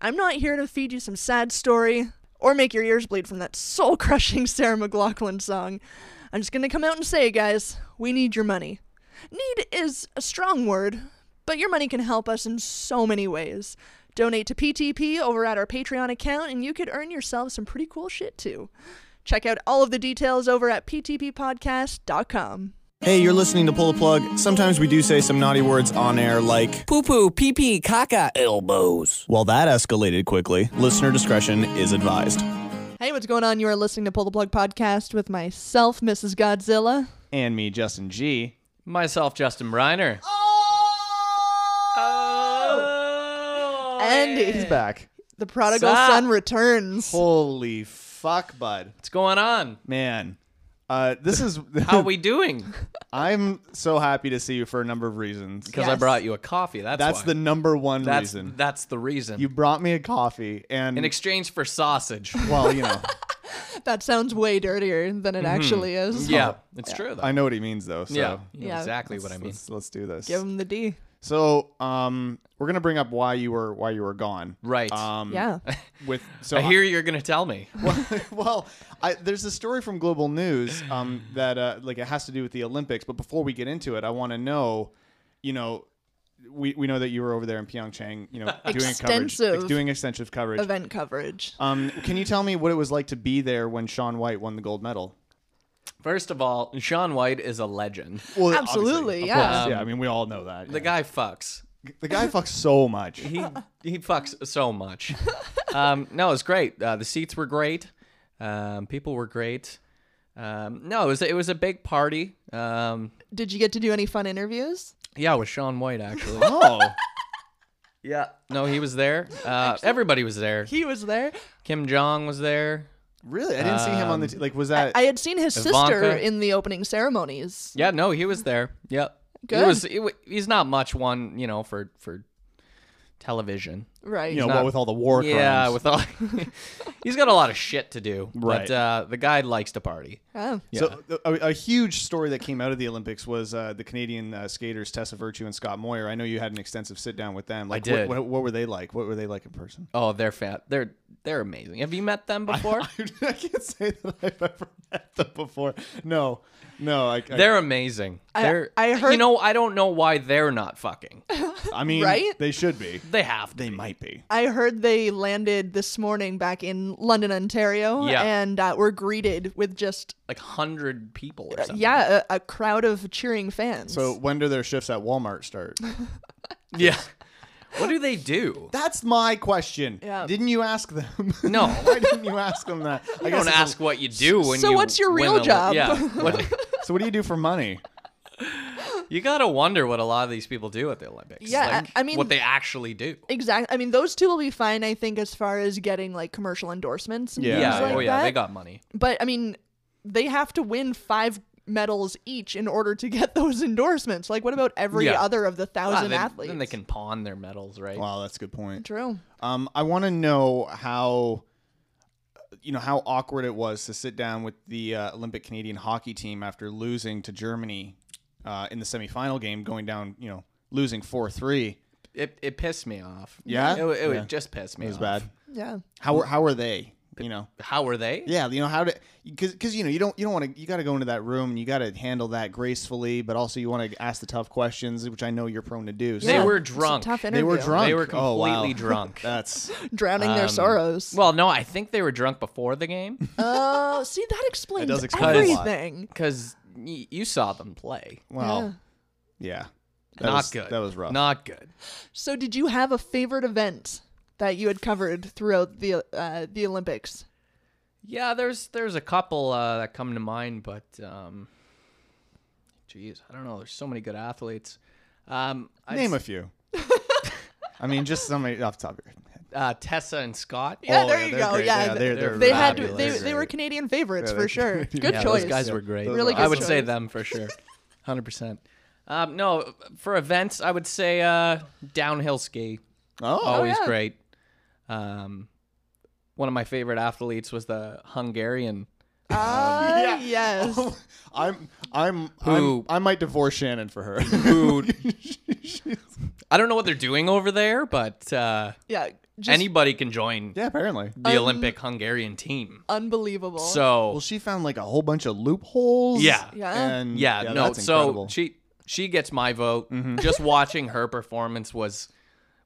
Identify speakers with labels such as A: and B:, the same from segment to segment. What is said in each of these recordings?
A: I'm not here to feed you some sad story or make your ears bleed from that soul crushing Sarah McLaughlin song. I'm just gonna come out and say, guys, we need your money. Need is a strong word, but your money can help us in so many ways. Donate to PTP over at our Patreon account, and you could earn yourself some pretty cool shit too. Check out all of the details over at ptppodcast.com.
B: Hey, you're listening to Pull the Plug. Sometimes we do say some naughty words on air like,
C: Poo poo, pee pee, caca, elbows.
B: well, that escalated quickly. Listener discretion is advised.
A: Hey, what's going on? You are listening to Pull the Plug Podcast with myself, Mrs. Godzilla.
B: And me, Justin G.
D: Myself, Justin Reiner. Oh!
A: And he's back.
B: Back.
A: The prodigal
D: Sup?
A: son returns.
B: Holy fuck, bud.
D: What's going on?
B: Man. Uh, this is
D: How we doing?
B: I'm so happy to see you for a number of reasons.
D: Because I
A: Yes.
D: brought you a coffee. That's
B: That's
D: why.
B: the number one
D: that's
B: reason.
D: that's the reason.
B: you brought me a coffee and
D: in exchange for sausage.
B: well, you know,
A: That sounds way dirtier than
D: Mm-hmm.
A: it actually is.
D: yeah, it's true though.
B: I know what he means though. So
D: yeah, you know
A: Yeah.
D: exactly what I mean.
B: let's, let's do this.
A: Give him the D.
B: So, um, we're gonna bring up why you were why you were gone.
D: Right.
B: Um,
A: Yeah.
B: With so
D: I hear you're gonna tell me.
B: well, I, there's a story from Global News um, that uh, like it has to do with the Olympics. But before we get into it, I want to know, you know, we, we know that you were over there in Pyeongchang, you know, doing coverage,
A: Extensive.
B: doing extensive coverage.
A: Event coverage.
B: Um, can you tell me what it was like to be there when Sean White won the gold medal?
D: First of all, Sean White is a legend.
B: Well,
A: Absolutely,
B: obviously, of
A: yeah.
B: course. yeah, I mean, we all know that.
D: Um, The guy fucks.
B: the guy fucks so much.
D: He he fucks so much. Um, no, it was great. Uh, the seats were great. Um, people were great. Um, no, it was it was a big party. Um,
A: Did you get to do any fun interviews?
D: yeah, with Sean White actually.
B: Oh,
D: Yeah. No, he was there. Uh, everybody was there.
A: He was there.
D: Kim Jong was there.
B: really? I didn't see him on
D: Um,
B: the t- like. Was that
A: I had seen his sister
D: Uh, Ivanka.
A: in the opening ceremonies.
D: Yeah, no, he was there. Yep.
A: Good.
D: He was, he, wa- he's not much one, you know, for for television.
A: Right.
B: you know
D: not-
B: what with all the war crimes?
D: Yeah, with all he's got a lot of shit to do.
B: Right.
D: But uh, the guy likes to party.
A: Oh.
B: So uh, a, a huge story that came out of the Olympics was uh, the Canadian uh, skaters Tessa Virtue and Scott Moyer. I know you had an extensive sit down with them. Like,
D: did.
B: What, what, what were they like? What were they like in person?
D: Oh, they're fat. They're they're amazing. Have you met them before?
B: I can't say that I've ever met them before. No, no. I, I,
D: they're amazing.
A: I-
D: they're
A: I heard-
D: You know, I don't know why they're not fucking.
B: I mean,
A: Right?
B: they should be.
D: They have. To
B: They
D: be.
B: might be.
A: I heard they landed this morning back in London, Ontario,
D: Yeah.
A: and uh, were greeted with just
D: like hundred people or something.
A: Uh, yeah a, a crowd of cheering fans.
B: So when do their shifts at Walmart start?
D: Yeah. What do they do?
B: That's my question.
A: Yeah.
B: Didn't you ask them?
D: No.
B: Why didn't you ask them that? I
D: I
B: it's
D: don't
B: a-
D: ask what you do when
A: So
D: you
A: what's your
D: win
A: real
D: a-
A: job?
D: Yeah. What-
B: So what do you do for money?
D: you got to wonder what a lot of these people do at the Olympics.
A: Yeah,
D: like,
A: I- I mean-
D: what they actually do.
A: exactly. I mean, those two will be fine, I think, as far as getting like commercial endorsements. And
B: Yeah.
D: Yeah.
A: things like
D: oh yeah,
A: that.
D: they got money.
A: But I mean, they have to win five medals each in order to get those endorsements. Like, what about every
D: Yeah.
A: other of the
D: Ah,
A: thousand
D: then,
A: athletes?
D: then they can pawn their medals, right?
B: Wow, that's a good point.
A: True.
B: Um, I want to know how, you know, how awkward it was to sit down with the uh, Olympic Canadian hockey team after losing to Germany uh, in the semifinal game, going down, you know, losing four three.
D: It, it pissed me off.
B: Yeah?
D: It, w- it would
B: Yeah.
D: just pissed me
B: It was
D: off.
B: bad.
A: Yeah.
B: How were how were they? You know.
D: How were they?
B: Yeah, you know how to, because because you know you don't you don't want to you got to go into that room and you got to handle that gracefully, but also you want to ask the tough questions, which I know you're prone to do. So
D: They
A: Yeah.
D: were
A: It's a
D: drunk.
A: tough
B: they were
A: interview.
B: drunk.
D: They were
B: Oh, wow.
D: completely drunk.
B: That's
A: Drowning their sorrows.
D: Um, Well, no, I think they were drunk before the game
A: Oh, see, that explains
B: does explain
D: a lot.
A: everything.
D: because y- you saw them play.
B: well, yeah. That
D: Not
B: was-
D: good.
B: That was rough.
D: Not good.
A: So, did you have a favorite event that you had covered throughout the uh, the Olympics?
D: Yeah, there's there's a couple uh, that come to mind, but um, geez, I don't know. There's so many good athletes. Um, I'd
B: Name a
D: s-
B: few. I mean, just somebody off the top of your head.
D: uh, Tessa and Scott.
A: Yeah,
B: Oh,
A: there
B: yeah,
A: you
B: they're
A: go.
B: great.
A: Yeah,
B: Yeah,
A: th-
B: they're-
D: they're
A: they had to,
D: fabulous.
A: they
D: They're
A: they were
B: great.
A: Canadian favorites
B: Yeah,
A: for
B: they're
A: sure.
B: Canadian-
A: Good
D: Yeah,
A: choice.
D: Those guys were great.
B: Those Really are
A: good
D: I would say
A: choice.
D: them for sure, hundred percent. Um, no, for events, I would say uh, downhill ski
B: Oh,
D: always
A: yeah.
D: great. Um, one of my favorite athletes was the Hungarian
A: Ah, yes.
B: I'm, I'm,
D: Oh. Who-
B: I'm, I might divorce Shannon for her.
D: Who? I don't know what they're doing over there, but uh,
A: Yeah. Just
D: anybody can join
B: yeah, apparently.
D: the Olympic Hungarian team.
A: unbelievable.
B: Well,
D: So
B: she found like a whole bunch of loopholes.
D: Yeah.
A: Yeah.
B: And
D: yeah, no.
B: that's
D: So
B: incredible. Mm-hmm.
D: she she gets my vote. Just watching her performance was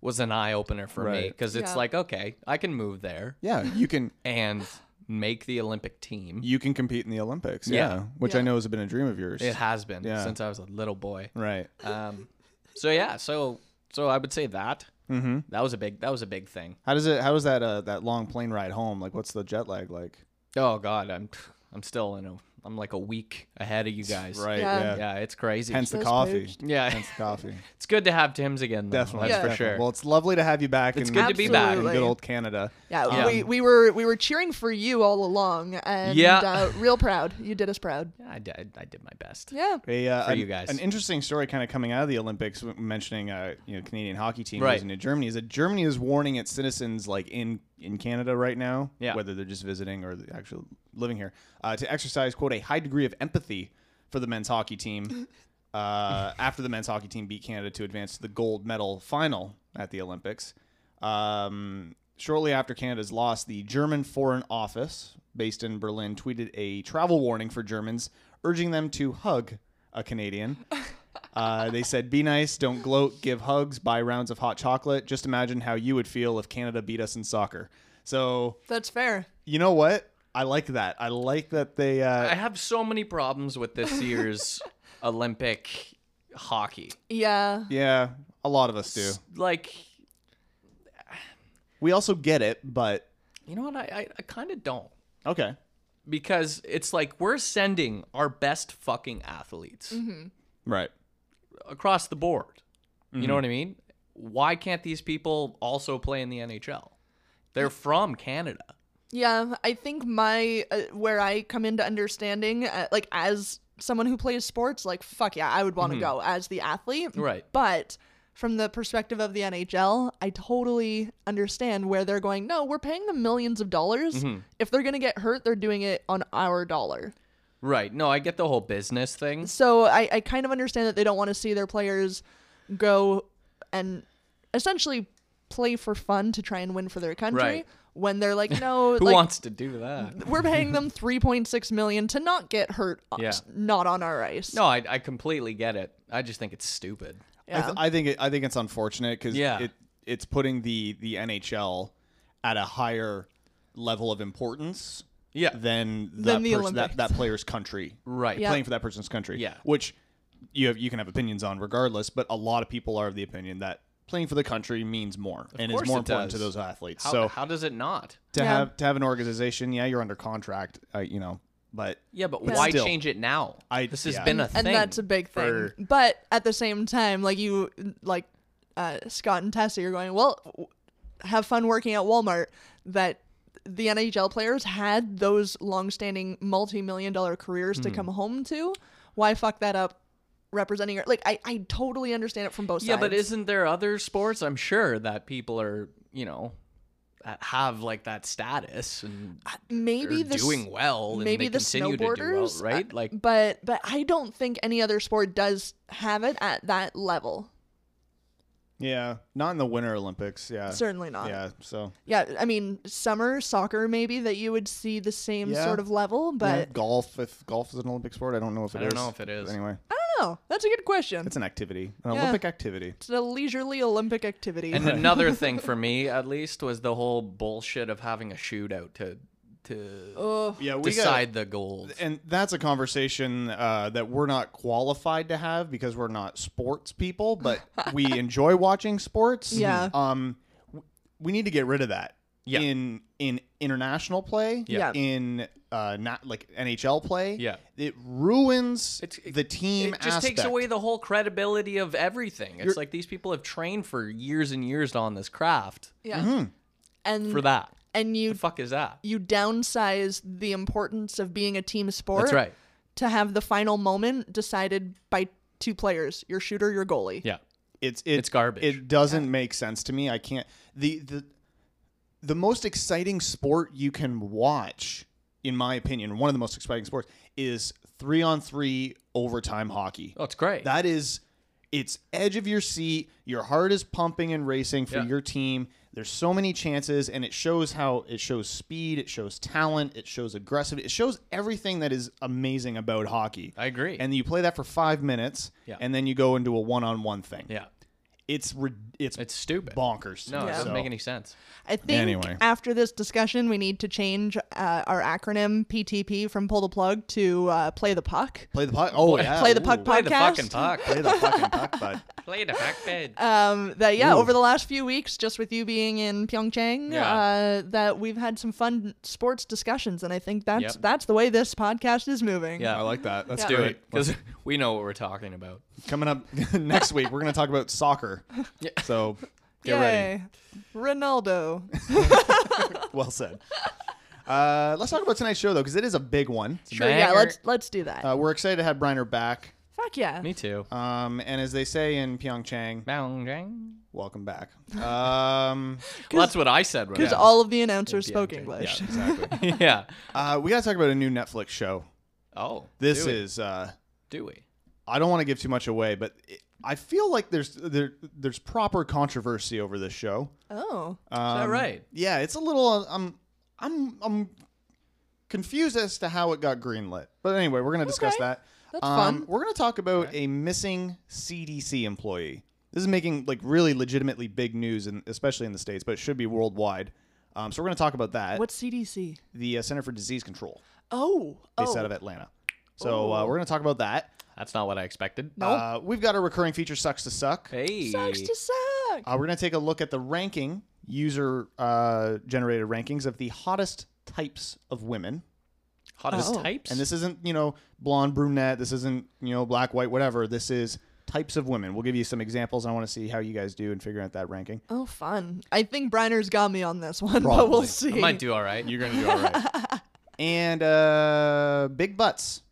D: was an eye opener for me
B: Right.
D: because it's
A: Yeah.
D: like okay, I can move there
B: yeah, you can
D: and make the Olympic team.
B: you can compete in the Olympics.
D: Yeah.
B: Yeah, which
A: Yeah.
B: I know has been a dream of yours.
D: It has been
B: Yeah.
D: since I was a little boy.
B: Right.
D: Um, so yeah, so so I would say that mm-hmm. that was a big that was a big thing.
B: How does it? How is that? Uh, that long plane ride home. Like, what's the jet lag like?
D: Oh God, I'm I'm still in a I'm like a week ahead of you guys.
B: Right.
A: Yeah.
B: Yeah.
D: Yeah, it's crazy.
B: Hence the
A: Those
B: coffee.
A: paged.
D: yeah,
B: Hence the coffee.
D: it's good to have Tim's again. Though,
B: Definitely.
D: that's
A: Yeah.
D: for sure.
B: Well, it's lovely to have you back.
D: It's
B: in,
D: good to be back.
B: in
A: Absolutely.
B: good old Canada.
A: Yeah,
D: Yeah.
A: We, we were we were cheering for you all along, and
D: Um, Yeah.
A: uh, real proud. You did us proud.
D: I did I did my best.
A: Yeah,
B: A, uh,
D: For
B: an,
D: you guys.
B: an interesting story kind of coming out of the Olympics, w- mentioning uh, you know Canadian hockey team
D: Right.
B: losing to Germany, is that Germany is warning its citizens like in in Canada right now,
D: Yeah.
B: whether they're just visiting or th- actually living here, uh, to exercise quote a high degree of empathy for the men's hockey team. Uh, after the men's hockey team beat Canada to advance to the gold medal final at the Olympics, um, shortly after Canada's loss, the German Foreign Office, based in Berlin, tweeted a travel warning for Germans, urging them to hug a Canadian. Uh, they said, "Be nice, don't gloat, give hugs, buy rounds of hot chocolate. Just imagine how you would feel if Canada beat us in soccer." So
A: that's fair.
B: you know what? I like that. I like that they.
D: I
B: Uh,
D: have so many problems with this year's Olympic hockey.
A: Yeah,
B: yeah, a lot of us do.
D: Like,
B: We also get it, but
D: you know what? I I, I kind of don't.
B: okay,
D: because it's like we're sending our best fucking athletes
B: right?
D: across the board. You know what I mean? Why can't these people also play in the NHL? They're from Canada.
A: yeah. I think my uh, where I come into understanding, uh, like as someone who plays sports, like fuck yeah, I would want to go as the athlete,
D: Mm-hmm. Right.
A: But from the perspective of the NHL, I totally understand where they're going. No, we're paying them millions of dollars.
D: Mm-hmm.
A: If they're gonna get hurt, they're doing it on our dollar.
D: Right. No, I get the whole business thing.
A: So I, I kind of understand that they don't want to see their players go and essentially play for fun to try and win for their country
D: Right.
A: when they're like, no,
D: Who
A: like,
D: wants to do that?
A: we're paying them 3.6 million to not get hurt, on-
D: Yeah.
A: not on our ice.
D: No, I, I completely get it. I just think it's stupid.
B: I, th- I think it, I think it's unfortunate because
D: Yeah.
B: it it's putting the the NHL at a higher level of importance
D: Yeah.
B: than that
A: Than the
B: person,
A: Olympics.
B: that, that player's country.
D: Right.
A: Yeah.
B: Playing for that person's country.
D: Yeah.
B: Which you have you can have opinions on regardless, but a lot of people are of the opinion that playing for the country means more and is
D: course
B: more
D: it
B: important to
D: does.
B: those athletes.
D: How,
B: so
D: how does it not?
B: to
A: Yeah.
B: have to have an organization, yeah, you're under contract, uh, you know, but
D: Yeah, but why
B: Still.
D: change it now?
B: I-
D: this has
B: yeah.
D: been a
A: and
D: thing.
A: that's a big thing.
D: for-
A: But at the same time, like you, like uh, Scott and Tessa, you're going, well, w- have fun working at Walmart. That the NHL players had those long-standing multi-million dollar careers
D: Hmm.
A: to come home to. Why fuck that up? Representing your like, I I totally understand it from both
D: Yeah,
A: sides.
D: but isn't there other sports? I'm sure that people are, you know, that have like that status and
A: maybe
D: are
A: the s-
D: doing well. and
A: maybe the
D: they continue to do well,
A: snowboarders,
D: right?
A: uh,
D: Like,
A: But but I don't think any other sport does have it at that level.
B: yeah, not in the Winter Olympics, yeah.
A: Certainly not.
B: Yeah, so
A: Yeah, I mean, summer soccer maybe that you would see the same
B: Yeah.
A: sort of level,
B: yeah,
A: but
B: golf if golf is an Olympic sport, I don't know if it
D: I
B: is.
D: don't know if it is.
B: Anyway,
A: I don't know. That's a good question.
B: it's
A: It's,
B: an activity, an
A: Yeah.
B: Olympic activity.
A: a leisurely Olympic activity.
D: and another thing for me, at least, was the whole bullshit of having a shootout to to
A: Ugh.
B: Yeah, we
D: decide the goals.
B: and that's a conversation uh, that we're not qualified to have because we're not sports people, but we enjoy watching sports.
A: Yeah.
B: Um, w- we need to get rid of that.
D: Yeah.
B: In in international play.
A: Yeah.
B: In uh, not like NHL play.
D: Yeah.
B: It ruins
D: It's- it-
B: the team.
D: It just takes
B: aspect.
D: away the whole credibility of everything. It's like these people have trained for years and years on this craft
A: yeah.
B: Mm-hmm.
A: And
D: for that.
A: and
D: The
A: you
D: fuck is that?
A: you downsize the importance of being a team sport
D: That's right.
A: to have the final moment decided by two players, your shooter, your goalie.
D: Yeah.
B: it's it-
D: It's garbage.
B: It doesn't make sense to me. I can't the the the most exciting sport you can watch in my opinion, one of the most exciting sports is three on three overtime hockey.
D: Oh, it's great.
B: That is, it's edge of your seat. Your heart is pumping and racing for
D: Yeah.
B: your team. There's so many chances, and it shows how it shows speed, it shows talent, it shows aggressive, it shows everything that is amazing about hockey.
D: I agree.
B: And you play that for five minutes,
D: Yeah.
B: and then you go into a one-on-one thing.
D: yeah,
B: it's rid- it's
D: it's stupid.
B: bonkers. to
D: No,
B: me,
D: it doesn't
B: so.
D: make any sense.
A: I think
B: Anyway.
A: after this discussion, we need to change uh, our acronym PTP from pull the plug to uh, play the puck.
B: Play the puck. Oh, yeah.
A: play the
B: ooh.
A: puck
D: Play the fucking
A: Podcast?
D: puck.
B: Play the fucking puck, bud.
D: Play the puck, bud.
A: Um, that yeah, over the last few weeks, just with you being in Pyeongchang,
D: Yeah.
A: uh, that we've had some fun sports discussions, and I think that's
D: Yep.
A: that's the way this podcast is moving.
D: Yeah.
B: I like that. Let's
A: Yeah.
B: do
D: do
B: it.
D: it because we know what we're talking about.
B: Coming up next week, we're going to talk about soccer. So get ready.
A: Yay. Ronaldo.
B: Well said. Uh, let's talk about tonight's show, though, because it is a big one.
A: sure, yeah,
D: banger.
A: let's let's do that.
B: Uh, we're excited to have Briner back.
A: Fuck yeah.
D: Me too.
B: Um, and as they say in Pyeongchang,
D: Bang, bang.
B: welcome back. Um,
D: Well, that's what I said. When I
A: Because
D: was-
A: all of the announcers
D: Yeah,
A: spoke
D: okay.
B: yeah,
A: English.
B: exactly.
D: yeah.
B: Uh, we got to talk about a new Netflix show.
D: Oh,
B: This
D: do we?
B: is. Uh,
D: Do we?
B: I don't want to give too much away, but it, I feel like there's there there's proper controversy over this show.
A: Oh,
D: Is
B: Um,
D: that right?
B: Yeah, it's a little. uh, I'm I'm I'm confused as to how it got greenlit. But anyway, we're gonna discuss
A: Okay.
B: that. Um,
A: That's fun.
B: We're gonna talk about a missing CDC employee. This is making like really legitimately big news, and especially in the states, but it should be worldwide. Um, so we're gonna talk about that.
A: what's CDC?
B: the uh, Center for Disease Control
A: Oh,
B: based
A: oh,
B: out of Atlanta? So uh, we're gonna talk about that.
D: That's not what I expected.
A: No.
B: Uh, we've got a recurring feature, sucks to suck.
D: Hey.
A: sucks to suck.
B: Uh, we're going to take a look at the ranking, user uh, generated rankings of the hottest types of women.
D: Hottest
A: Oh.
D: types.
B: And this isn't, you know, blonde, brunette. This isn't, you know, black, white, whatever. This is types of women. We'll give you some examples. And I want to see how you guys do in figuring out that ranking.
A: Oh, fun. I think Briner's got me on this one, but we'll
B: Probably.
A: see.
D: I might do all right. You're gonna do all right.
B: And uh, big butts.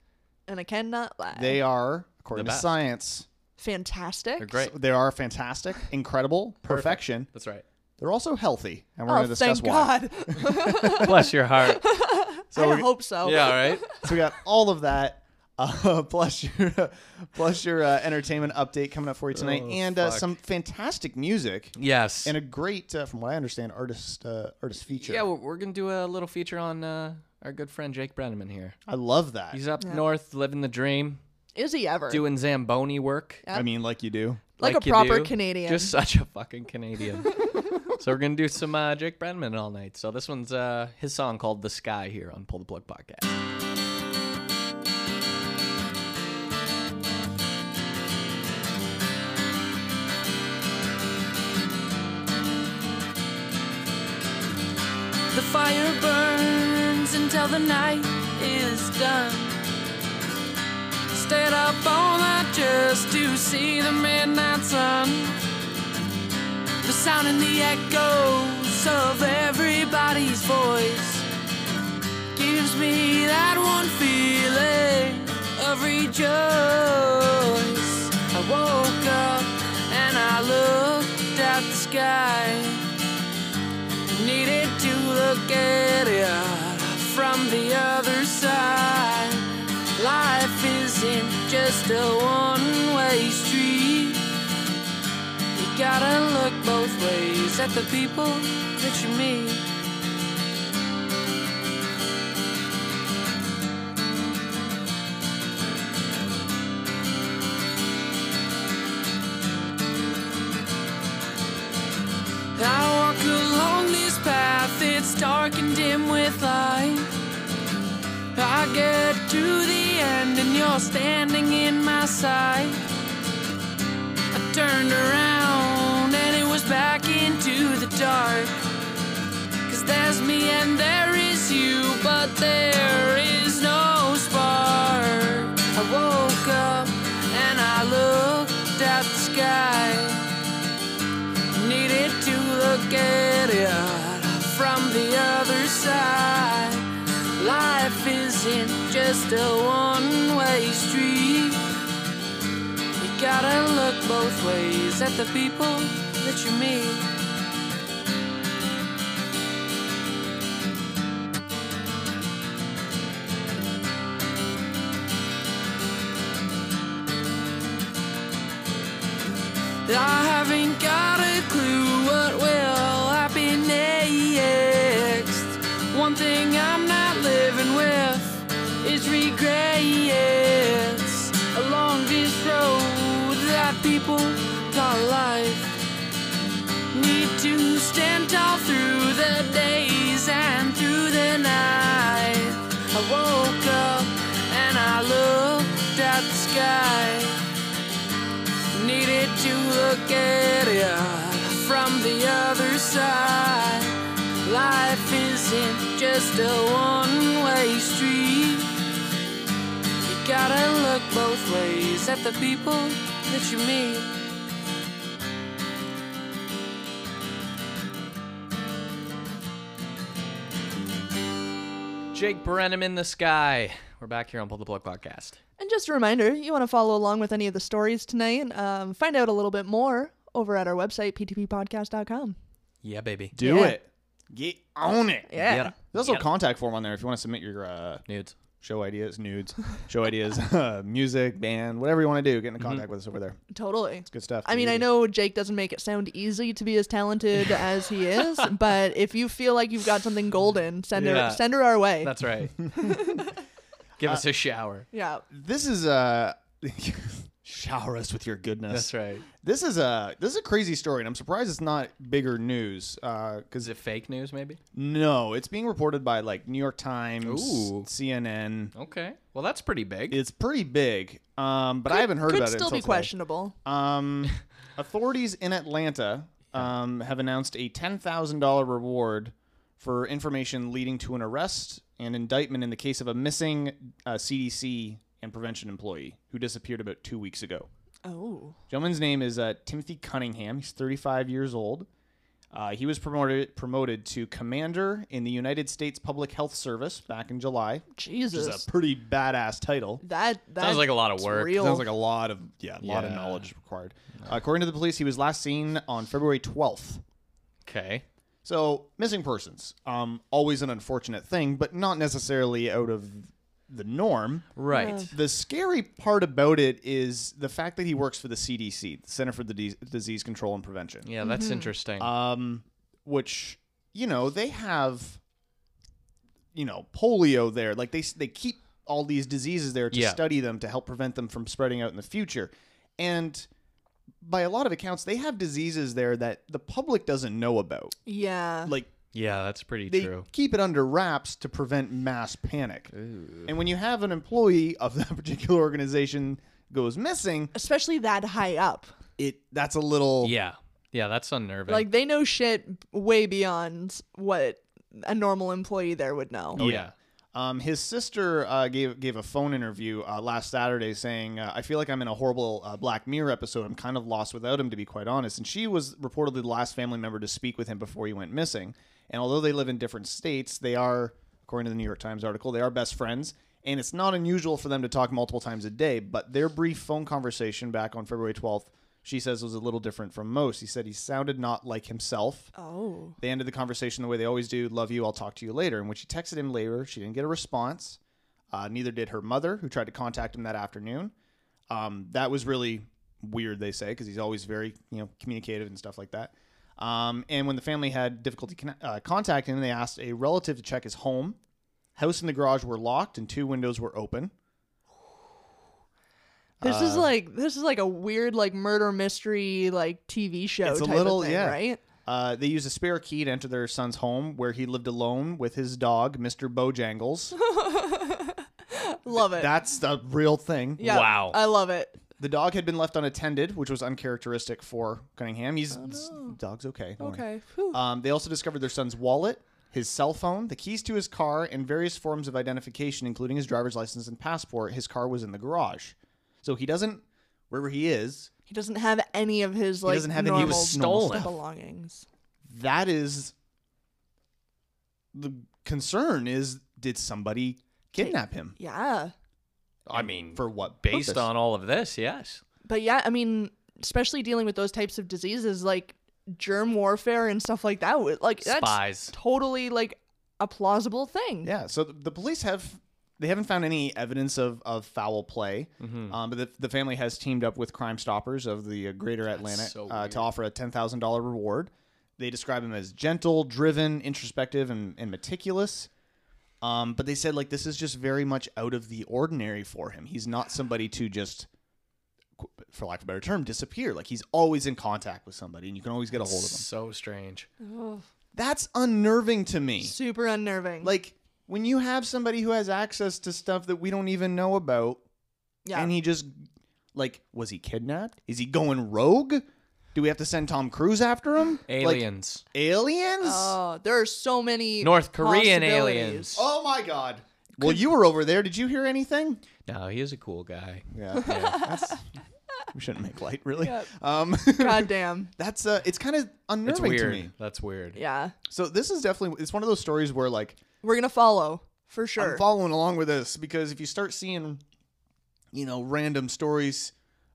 A: and I cannot lie.
B: They are, according
D: The
B: to
D: best.
B: science,
A: fantastic.
D: They're great.
B: they are fantastic, incredible, perfection.
D: That's right.
B: They're also healthy. And we're
A: Oh,
B: going to discuss
A: thank
B: why.
A: God.
D: Bless your heart.
A: I hope so.
D: Yeah. All right.
B: So we got all of that. Uh, plus your plus your uh, entertainment update coming up for you tonight,
D: Oh,
B: and uh,
D: fuck.
B: some fantastic music
D: Yes.
B: and a great, uh, from what I understand, artist uh, artist feature.
D: yeah, we're, we're gonna do a little feature on uh, our good friend Jake Brenneman here.
B: I love that.
D: He's up north, living the dream,
A: Is he ever?
D: doing zamboni work.
B: I mean, like you do.
A: like, a
D: you
A: proper
D: do.
A: Canadian.
D: Just such a fucking Canadian. so we're gonna do some uh, Jake Brenneman all night. So this one's uh, his song called "The Sky" here on Pull the Plug Podcast.
E: The fire burns until the night is done. Stayed up all night just to see the midnight sun. The sound and the echoes of everybody's voice gives me that one feeling of rejoice. I woke up and I looked at the sky needed to look at it from the other side. Life isn't just a one way street. You gotta look both ways at the people that you meet. I walk along this path, it's dark and dim with light. I get to the end and you're standing in my sight. I turned around and it was back into the dark. Cause there's me and there is you, but there is no spark. I woke up and I looked at the sky needed to look at it from the other side. Life isn't just a one way street. You gotta look both ways at the people that you meet.
F: I haven't got a clue what will happen next. One thing I'm not living with is regrets along this road that people call life need to stand tall through the days and through the night. I woke up and I looked at the sky. Needed to look at it from the other side. Life isn't just a one way street. You gotta look both ways at the people that you meet.
D: Jake Brenham in the sky. We're back here on Pull the Plug Podcast.
A: And just a reminder, you want to follow along with any of the stories tonight, um, find out a little bit more over at our website, ptppodcast.com.
D: Yeah, baby.
B: Do
A: Yeah.
B: it. Get on it.
A: Yeah.
D: Get 'em.
B: There's also
D: Get
B: a contact form on there if you want to submit your uh,
D: Nudes.
B: show ideas, nudes, show ideas, uh, music, band, whatever you want to do. Get in contact with us over there.
A: Totally.
B: Good stuff.
A: I mean, I know Jake doesn't make it sound easy to be as talented as he is, but if you feel like you've got something golden, send
D: Yeah.
A: her send her our way.
D: That's right. Give
A: Uh,
D: us a shower.
A: yeah.
B: this is uh shower us with your goodness.
D: That's right.
B: This is a this is a crazy story, and I'm surprised it's not bigger news. Because
D: Is it fake news, maybe?
B: no, it's being reported by like New York Times,
D: Ooh.
B: CNN.
D: Okay. Well, that's pretty big.
B: It's pretty big, um, but I haven't heard
A: Could
B: about it.
A: still
B: until
A: be
B: today.
A: questionable.
D: Uh,
B: Um, authorities in Atlanta um, have announced a ten thousand dollar reward for information leading to an arrest and indictment in the case of a missing uh, CDC and prevention employee who disappeared about two weeks ago.
A: Oh.
B: Gentleman's name is uh, Timothy Cunningham. He's 35 years old. Uh, he was promoted promoted to commander in the United States Public Health Service back in July, which
A: Jesus.
B: is a pretty badass title.
A: that that
D: Sounds like a lot of work.
A: Real.
B: Sounds like a lot of yeah, a lot of
D: Yeah.
B: knowledge required. Uh, according to the police, he was last seen on February 12th.
D: okay.
B: So missing persons, um, always an unfortunate thing, but not necessarily out of the norm.
D: Right.
B: The scary part about it is the fact that he works for the CDC, the Center for the Dis Disease Control and Prevention.
D: Yeah, that's
A: Mm-hmm.
D: interesting.
B: um, which you know they have, you know, polio there. Like they they keep all these diseases there to
D: Yeah.
B: study them to help prevent them from spreading out in the future, and by a lot of accounts, they have diseases there that the public doesn't know about.
A: yeah.
B: Like
D: yeah, that's pretty
B: they
D: true.
B: keep it under wraps to prevent mass panic. And when you have an employee of that particular organization goes missing,
A: Especially that high up.
B: it that's a little
D: Yeah. Yeah, that's unnerving.
A: Like they know shit way beyond what a normal employee there would know.
D: Oh, yeah.
B: Um, his sister uh, gave gave a phone interview uh, last Saturday saying, uh, "I feel like I'm in a horrible uh, Black Mirror episode. I'm kind of lost without him, to be quite honest." And she was reportedly the last family member to speak with him before he went missing. And although they live in different states, they are, according to the New York Times article, they are best friends. And it's not unusual for them to talk multiple times a day. But their brief phone conversation back on February 12th, she says, was a little different from most. He said he sounded not like himself.
A: Oh.
B: They ended the conversation the way they always do love you, I'll talk to you later. And when she texted him later, she didn't get a response. Uh, neither did her mother, who tried to contact him that afternoon. Um, that was really weird, they say, because he's always very, you know, communicative and stuff like that. Um, and when the family had difficulty con- uh, contacting him, they asked a relative to check his home. House and the garage were locked, and two windows were open.
A: This
B: Uh,
A: is like this is like a weird like murder mystery like TV show
B: It's a
A: type
B: little-
A: of thing,
B: yeah.
A: right?
B: Uh, they used a spare key to enter their son's home, where he lived alone with his dog, Mister Bojangles.
A: Love it.
B: That's the real thing.
A: yeah,
D: Wow.
A: I love it.
B: The dog had been left unattended, which was uncharacteristic for Cunningham. He's s- dog's okay. don't worry.
A: Okay. Whew.
B: Um, they also discovered their son's wallet, his cell phone, the keys to his car, and various forms of identification, including his driver's license and passport. His car was in the garage, so he doesn't wherever he is.
A: He doesn't have any of his like
B: doesn't have any
A: normal
B: of his stolen.
A: belongings.
B: That is the concern. Is did somebody kidnap him?
A: Yeah.
D: I mean,
B: for what?
D: based
B: purpose?
D: on all of this, yes.
A: But yeah, I mean, especially dealing with those types of diseases like germ warfare and stuff like that, with- like that's
D: Spies.
A: totally like a plausible thing.
B: Yeah, so th- the police have they haven't found any evidence of, of foul play, um, but the, the family has teamed up with Crime Stoppers of the uh, Greater Atlanta
D: so
B: uh, to offer a ten thousand dollar reward. They describe him as gentle, driven, introspective, and, and meticulous. Um, but they said like this is just very much out of the ordinary for him. He's not somebody to just, qu- for lack of a better term, disappear. Like he's always in contact with somebody, and you can always get a hold of him.
D: So strange.
B: That's unnerving to me
A: Super unnerving.
B: like when you have somebody who has access to stuff that we don't even know about
A: yeah.
B: and he just like was he kidnapped is he going rogue do we have to send tom cruise after him Like,
D: Aliens.
B: aliens
A: oh, there are so many
D: North Korean
A: possibilities.
D: aliens.
B: oh my god well you were over there did you hear anything
D: no, he is a cool guy.
B: yeah, that's, we shouldn't make light really um
A: God damn.
B: that's uh it's kind of
D: That's
B: unnerving to me
D: weird. That's weird.
A: Yeah.
B: so this is definitely it's one of those stories where like
A: We're going to follow for sure.
B: I'm following along with this because if you start seeing, you know, random stories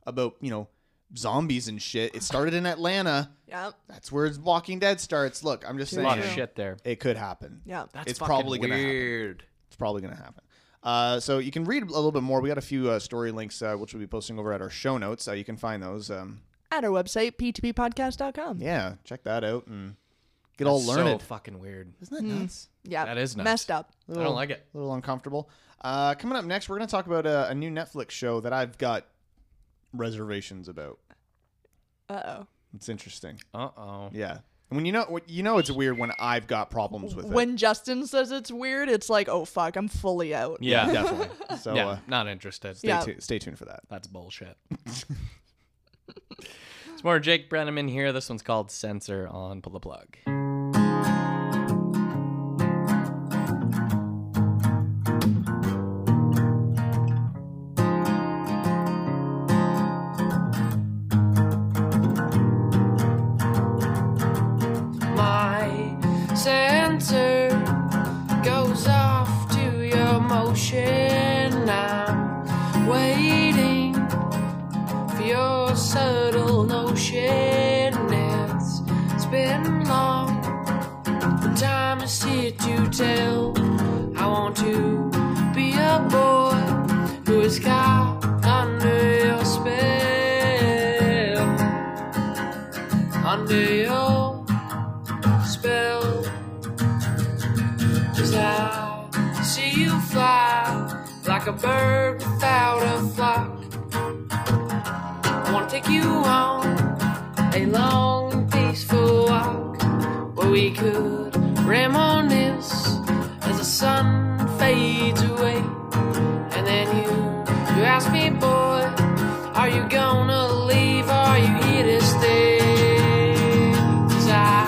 B: about, you know, zombies and shit, it started in Atlanta.
A: yeah.
B: That's where Walking Dead starts. Look, I'm just
D: A
B: saying
D: lot of shit there.
B: it could happen.
A: Yeah.
D: That's
B: It's
D: fucking
B: probably gonna happen.
D: weird.
B: It's probably going to happen. Uh, so you can read a little bit more. We got a few uh, story links, uh, which we'll be posting over at our show notes. Uh, you can find those. Um,
A: At our website, p2ppodcast.com.
B: yeah, check that out and get all
D: That's
B: learned.
D: So fucking weird.
B: Isn't that nuts?
A: Yeah.
D: That is nuts.
A: Messed up.
D: Hmm. I don't like it.
B: A little uncomfortable. Uh, coming up next, we're going to talk about uh, a, a new Netflix show that I've got reservations about.
A: Uh oh.
B: It's interesting.
D: Uh oh.
B: Yeah. And when you know when- you know it's weird when I've got problems with it.
A: When Justin says it's weird, it's like, oh fuck, I'm fully out.
D: Yeah. Yeah.
B: Definitely. So uh,
D: Not interested.
B: stay,
A: Yeah.
B: tu- stay tuned for that.
D: That's bullshit. it's more Jake Brenneman here. This one's called Censor on Pull the Plug.
E: my sensor goes off to your motion. I'm waiting for your subtle notion. It's, it's been long. The time is here to tell. I want to be a boy who is caught under your spell. Under your spell. Cause I see you fly like a bird without a flock. I wanna take you on a long and peaceful walk where we could reminisce as the sun fades away. And then you, you ask me, boy, are you gonna leave? Are you here to stay? 'Cause I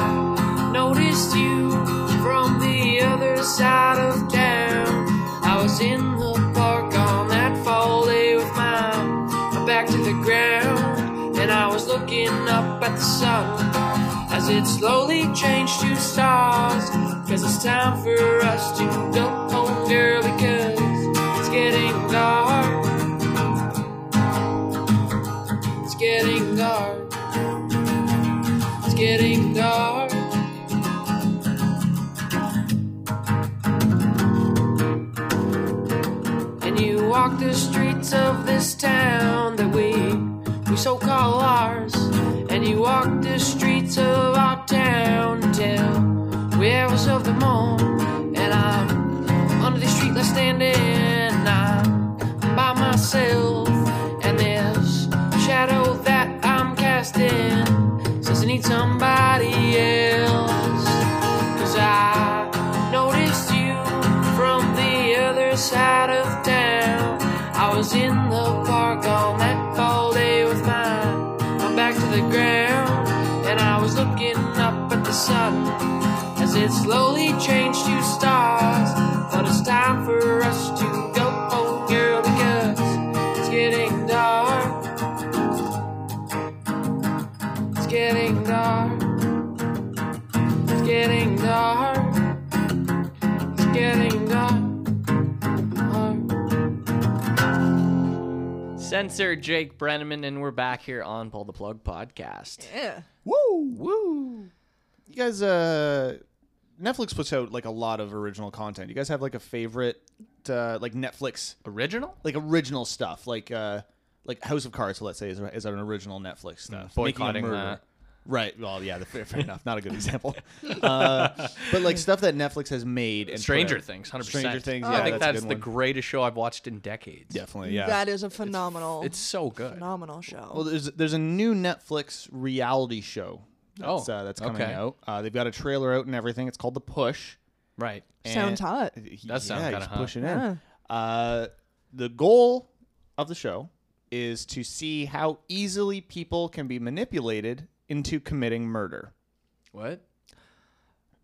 E: noticed you from the other side of town. I was in the park on that fall day with my, my back to the ground. And I was looking up at the sun as it slowly changed to stars. Cause it's time for us to go home, girl, because it's getting dark. It's getting dark. It's getting dark. And you walk the streets of this town that we we so call ours. And you walk the streets of our town till we hours of the morn. And I'm under the street light standing. I'm by myself. And this shadow that I'm casting says I need somebody else. Cause I noticed you from the other side of town. I was in the park on that fall day with mine. My back to the ground, and I was looking up at the sun as it slowly changed to stars. But it's time for us to go home, girl, because it's getting dark. It's getting dark. It's getting dark. It's getting dark.
D: Censor Jake Brenneman, and we're back here on Pull the Plug podcast.
A: Yeah.
B: Woo! Woo! You guys uh Netflix puts out like a lot of original content. You guys have like a favorite, uh, like Netflix,
D: Original?
B: like original stuff, like uh, like House of Cards. Let's say is, is an original Netflix stuff. Making a
D: Mm, boycotting
B: Murderer.
D: that.
B: Right. Well, yeah. the- Fair, fair enough. Not a good example. Uh, but like stuff that Netflix has made. And put
D: Stranger
B: out.
D: Things, 100%.
B: Stranger
A: Oh.
B: Things. Yeah,
D: I think
B: Oh, that's, a
D: that's,
B: good
D: the
B: one.
D: greatest show I've watched in decades.
B: Definitely. Yeah.
A: That is a phenomenal.
D: It's so good.
A: phenomenal show.
B: Well, there's there's a new Netflix reality show. That's,
D: Oh,
B: uh, that's coming
D: okay.
B: out. Uh, they've got a trailer out and everything. It's called The Push.
D: Right.
A: Sounds
B: And-
A: hot.
B: He-
D: That sounds
B: yeah,
D: kinda
B: he's
D: hot.
B: pushing in. Uh, the goal of the show is to see how easily people can be manipulated into committing murder.
D: What?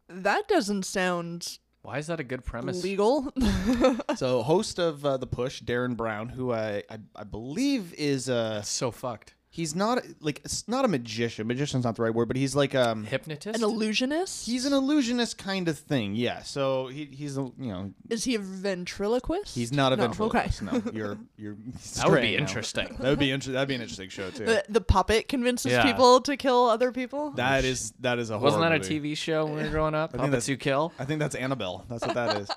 A: That doesn't sound
D: Why is that a good premise?
A: legal.
B: so, host of uh, the Push, Darren Brown, who I I, I believe is uh
D: So fucked.
B: he's not like it's not a magician. Magician's not the right word, but he's like um
D: Hypnotist?
A: An illusionist?
B: he's an illusionist kind of thing. Yeah. So he he's a, you know
A: is he a ventriloquist?
B: he's not a
A: No,
B: ventriloquist.
A: Okay.
B: No, you're you're
D: that would be
B: straying now.
D: interesting.
B: That would be inter- that'd be an interesting show too.
A: The, the puppet convinces
D: Yeah.
A: people to kill other people.
B: That is that is a horror
D: Wasn't that a
B: movie.
D: TV show when we were growing up?
B: think
D: Puppets Who
B: that's-
D: Kill?
B: I think that's Annabelle. That's what that is.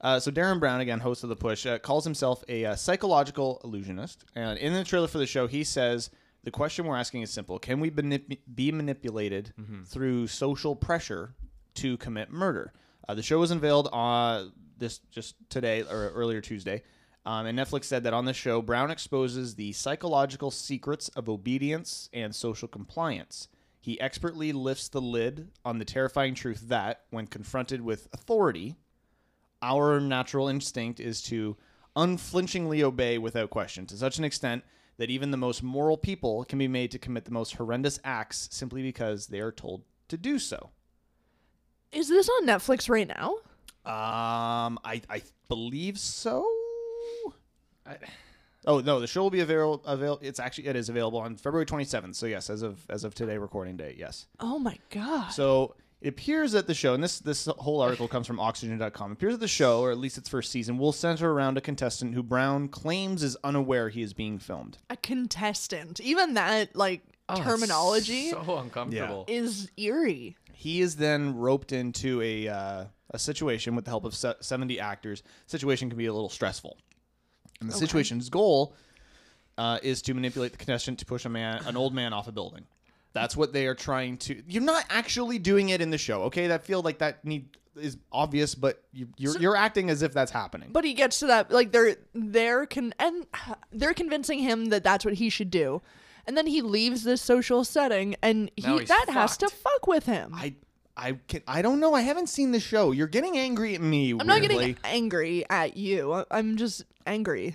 B: Uh, so Darren Brown, again, host of The Push, uh, calls himself a uh, psychological illusionist. And in the trailer for the show, he says the question we're asking is simple: Can we manip- be manipulated through social pressure to commit murder? Uh, the show was unveiled uh, this just today or earlier Tuesday, um, and Netflix said that on the show, Brown exposes the psychological secrets of obedience and social compliance. He expertly lifts the lid on the terrifying truth that, when confronted with authority, our natural instinct is to unflinchingly obey without question to such an extent that even the most moral people can be made to commit the most horrendous acts simply because they are told to do so.
A: Is this on Netflix right now?
B: Um, I, I believe so. oh no, the show will be available. Avail- it's actually it is available on February twenty seventh. So yes, as of as of today, recording date. Yes.
A: Oh my god.
B: So it appears that the show, and this this whole article comes from Oxygen.com. It appears that the show, or at least its first season, will center around a contestant who Brown claims is unaware he is being filmed.
A: a contestant. Even that like
B: Oh,
A: terminology
D: Oh, So uncomfortable.
A: is eerie.
B: He is then roped into a uh, a situation with the help of se- seventy actors. Situation can be a little stressful, and the situation's goal uh, is to manipulate the contestant to push a man, an old man, off a building. That's what they are trying to. You're not actually doing it in the show, okay? That feel like that need is obvious, but you, you're you're acting as if that's happening.
A: But he gets to that like they're they're con- and they're convincing him that that's what he should do. And then he leaves this social setting and he
D: Now
A: that
D: he's
A: has to
D: fucked.
A: fuck with him. I,
B: I I can I don't know. I haven't seen the show. You're getting angry at me.
A: am not getting angry at you. I- I'm just angry.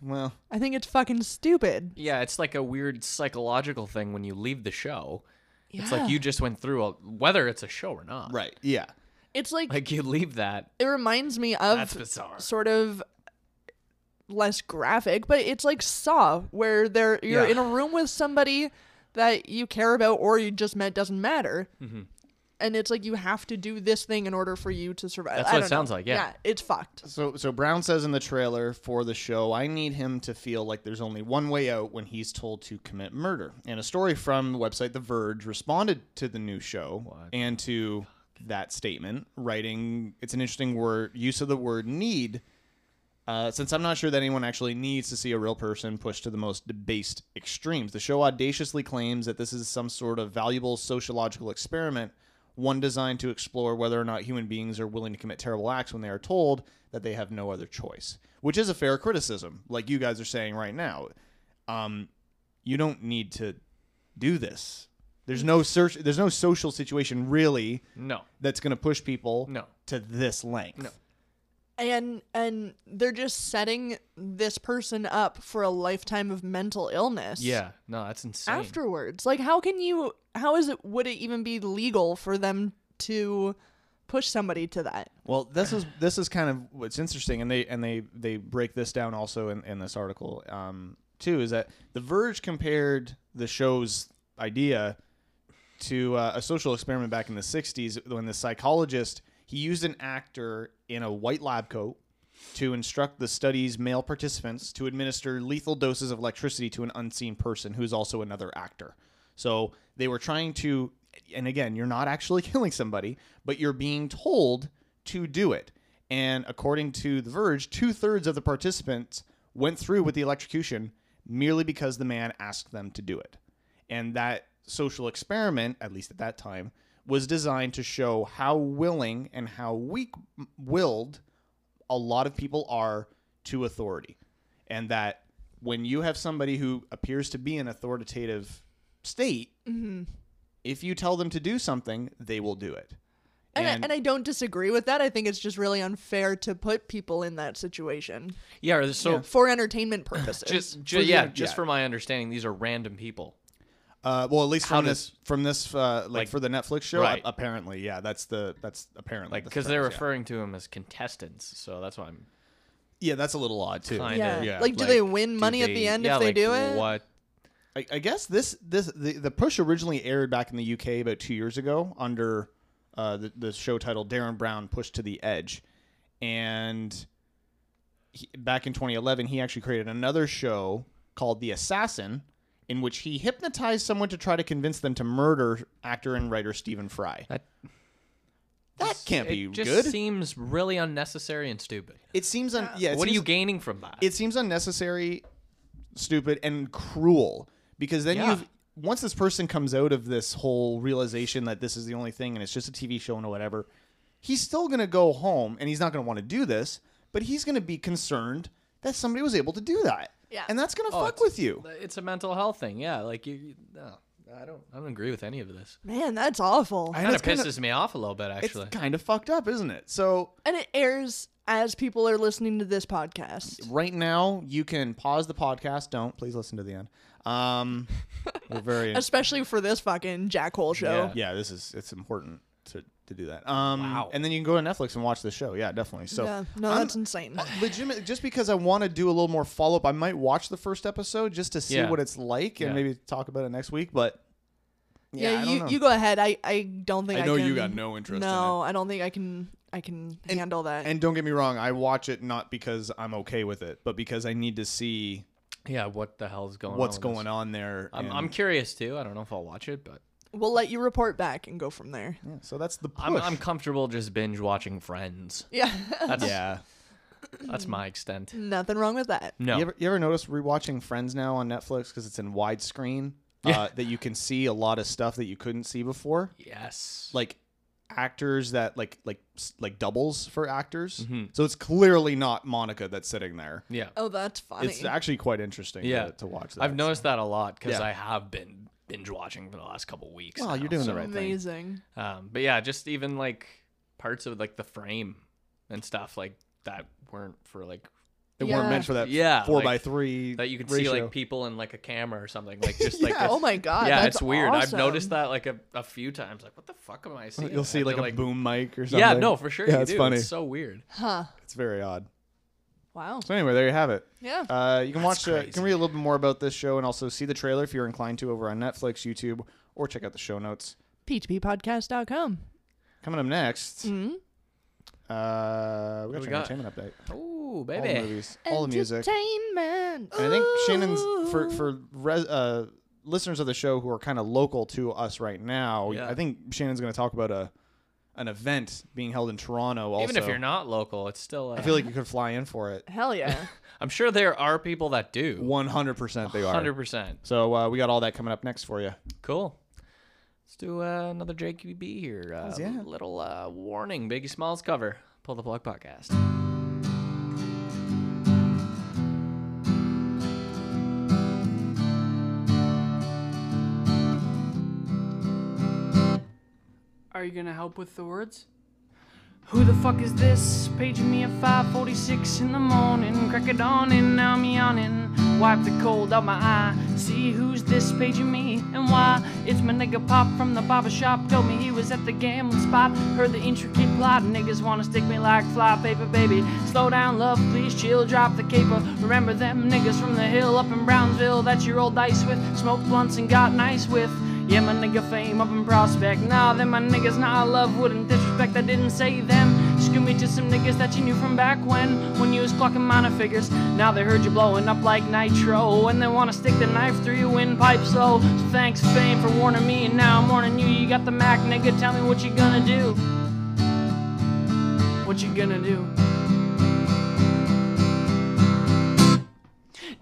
B: well.
A: I think it's fucking stupid.
D: Yeah, it's like a weird psychological thing when you leave the show. It's
A: Yeah.
D: like you just went through a whether it's a show or not.
B: Right. Yeah.
A: It's like,
D: Like you leave that.
A: it reminds me of
D: That's bizarre.
A: sort of less graphic, but it's like Saw, where they're you're
D: Yeah.
A: in a room with somebody that you care about or you just met doesn't matter,
D: Mm-hmm.
A: and it's like you have to do this thing in order for you to survive.
D: That's
A: I
D: what it
A: don't know.
D: sounds like, yeah.
A: it's fucked.
B: So so Brown says in the trailer for the show, I need him to feel like there's only one way out when he's told to commit murder. And a story from the website The Verge responded to the new show and to that statement, writing it's an interesting word use of the word need. Uh, since I'm not sure that anyone actually needs to see a real person pushed to the most debased extremes, the show audaciously claims that this is some sort of valuable sociological experiment, one designed to explore whether or not human beings are willing to commit terrible acts when they are told that they have no other choice, which is a fair criticism, like you guys are saying right now. Um, you don't need to do this. There's no search. There's no social situation really
D: No.
B: that's going to push people
D: No.
B: to this length. No.
A: And and they're just setting this person up for a lifetime of mental illness.
D: Yeah. No, that's insane.
A: Afterwards, like how can you? How is it? Would it even be legal for them to push somebody to that?
B: Well, this is this is kind of what's interesting, and they and they they break this down also in, in this article um, too. Is that The Verge compared the show's idea to uh, a social experiment back in the '60s when the psychologist he used an actor in a white lab coat to instruct the study's male participants to administer lethal doses of electricity to an unseen person who is also another actor. So they were trying to and again, you're not actually killing somebody, but you're being told to do it. And according to The Verge, two thirds of the participants went through with the electrocution merely because the man asked them to do it. And that social experiment, at least at that time, was designed to show how willing and how weak willed a lot of people are to authority. And that when you have somebody who appears to be in authoritative state, if you tell them to do something, they will do it.
A: And, I, and I don't disagree with that. I think it's just really unfair to put people in that situation
D: Yeah. or So
A: for entertainment purposes.
D: just,
B: For
D: ju- yeah,
B: your-
D: just
B: yeah.
D: from my understanding, these are random people.
B: Uh, well, at least
D: How
B: from
D: does-
B: this from this uh, like,
D: Like-
B: for the Netflix show,
D: Right.
B: a- apparently, yeah, that's the that's apparently
D: Like,
B: the
D: because they're
B: phrase, yeah.
D: referring to them as contestants, so that's why I'm
B: Yeah, that's a little odd too.
D: kind
A: Yeah.
D: of
B: Yeah,
A: Like, do they
D: like,
A: win
D: do
A: money at
D: they-
A: the end
D: yeah,
A: if they
D: like,
A: do it?
D: What?
B: I, I guess this this the, the push originally aired back in the UK about two years ago under uh, the the show titled Darren Brown Pushed to the Edge, and he, back in 2011 he actually created another show called The Assassin, in which he hypnotized someone to try to convince them to murder actor and writer Stephen Fry.
D: That-
B: That can't be
D: it just
B: good.
D: seems really unnecessary and stupid.
B: it seems un- yeah. It
D: what
B: seems,
D: are you gaining from that?
B: it seems unnecessary, stupid, and cruel because then
D: Yeah.
B: you've once this person comes out of this whole realization that this is the only thing and it's just a TV show and whatever, he's still gonna go home and he's not gonna want to do this, but he's gonna be concerned that somebody was able to do that.
A: Yeah.
B: And that's gonna fuck
D: Oh, it's-
B: with you.
D: it's a mental health thing. Yeah, like you. you no, I don't. I don't agree with any of this.
A: Man, that's awful.
B: And
D: Kind of
B: it's kinda-
D: pisses me off a little bit, actually.
B: It's kind of fucked up, isn't it? So
A: and it airs as people are listening to this podcast.
B: right now you can pause the podcast. Don't please listen to the end. Um, we're very
A: Especially for this fucking jackhole show.
D: Yeah.
B: yeah this is it's important to, to do that um
D: Wow.
B: and then you can go to netflix and watch the show yeah definitely so
A: Yeah, no,
B: I'm- uh,
A: that's insane.
B: legitimate just because i want to do a little more follow-up i might watch the first episode just to see
D: Yeah.
B: what it's like and
D: Yeah.
B: maybe talk about it next week but yeah, I don't
A: you
B: know.
A: you go ahead. I I don't think
B: I
A: I,
B: know
A: can,
B: you got no interest in
A: No, I don't think I can. I can handle that.
B: and don't get me wrong i watch it not because i'm okay with it but because i need to see
D: yeah, what the hell's going?
B: what's
D: on with
B: going
D: this?
B: on there
D: I'm,
B: and-
D: I'm curious too. I don't know if I'll watch it, but
A: we'll let you report back and go from there.
B: yeah, so that's the push.
D: I'm, I'm comfortable just binge watching Friends.
A: Yeah,
D: That's
B: yeah
D: that's my extent.
A: nothing wrong with that.
D: No,
B: You ever, you ever notice rewatching Friends now on Netflix because it's in widescreen
D: Yeah.
B: uh, that you can see a lot of stuff that you couldn't see before?
D: yes,
B: Like actors that like like s- like doubles for actors.
D: Mm-hmm.
B: So it's clearly not Monica that's sitting there.
D: yeah,
A: Oh, that's funny.
B: It's actually quite interesting
D: yeah.
B: to, to watch that.
D: I've noticed that a lot because
B: Yeah.
D: I have been binge watching for the last couple weeks.
B: Well, you're
D: now,
B: doing the
D: so-
B: right thing.
A: amazing.
D: Um, but yeah, just even like parts of like the frame and stuff like that weren't for like
B: They
A: Yeah.
B: weren't meant for that
D: Yeah,
B: four
D: like,
B: by three
D: that you could see
B: ratio.
D: like people in like a camera or something like just like
B: Yeah.
D: this-
A: Oh my god.
D: yeah,
A: that's
D: it's weird. I've
A: awesome.
D: noticed that like a, a few times. Like, what the fuck am I seeing?
B: You'll see
D: And
B: like a
D: they're,
B: boom mic or something.
D: Yeah, no, for sure.
B: Yeah,
D: you
B: it's
D: do.
B: funny.
D: It's so weird.
A: Huh.
B: It's very odd.
A: Wow.
B: So anyway, there you have it.
A: Yeah.
B: Uh, you can watch. Uh, you
D: crazy.
B: can read a little bit more about this show and also see the trailer if you're inclined to over on Netflix, YouTube, or check out the show notes.
A: PTPpodcast.com.
B: Coming up next, uh, we got
D: we
B: your
D: got?
B: entertainment update.
D: Oh,
B: All the
D: baby.
B: movies, all the music.
A: Entertainment.
B: And I think Shannon's for
A: Ooh.
B: for res, uh, listeners of the show who are kind of local to us right now.
D: Yeah.
B: I think Shannon's going to talk about a an event being held in Toronto. Also,
D: Even if you're not local, it's still. Uh,
B: I feel like you could fly in for it.
A: Hell yeah.
D: I'm sure there are people that do.
B: One hundred percent, they
D: Hundred
B: are.
D: percent.
B: So uh, we got all that coming up next for you.
D: Cool. Let's do uh, another JQB here. Uh,
B: yeah.
D: Little uh, warning: Biggie Smalls cover. Pull the plug podcast.
F: Are you gonna help with the words? Who the fuck is this? Paging me at 5:46 in the morning, crack of dawn, and now I'm yawning. Wipe the cold out my eye. See who's this paging me and why? It's my nigga Pop from the barber shop. Told me he was at the gambling spot. Heard the intricate plot. Niggas wanna stick me like fly paper, baby. Slow down, love, please chill. Drop the caper. Remember them niggas from the hill up in Brownsville that you rolled dice with, smoked blunts and got nice with. Yeah, my nigga fame up in prospect. Nah, them my niggas, nah, I love wouldn't disrespect. I didn't say them. Just
G: can lead to some niggas that you knew from back when, when you was clocking minor figures. Now they heard you blowing up like nitro, and they wanna stick the knife through your windpipe. So, so thanks fame for warning me, and now I'm warning you. You got the Mac, nigga. Tell me what you gonna do. What you gonna do?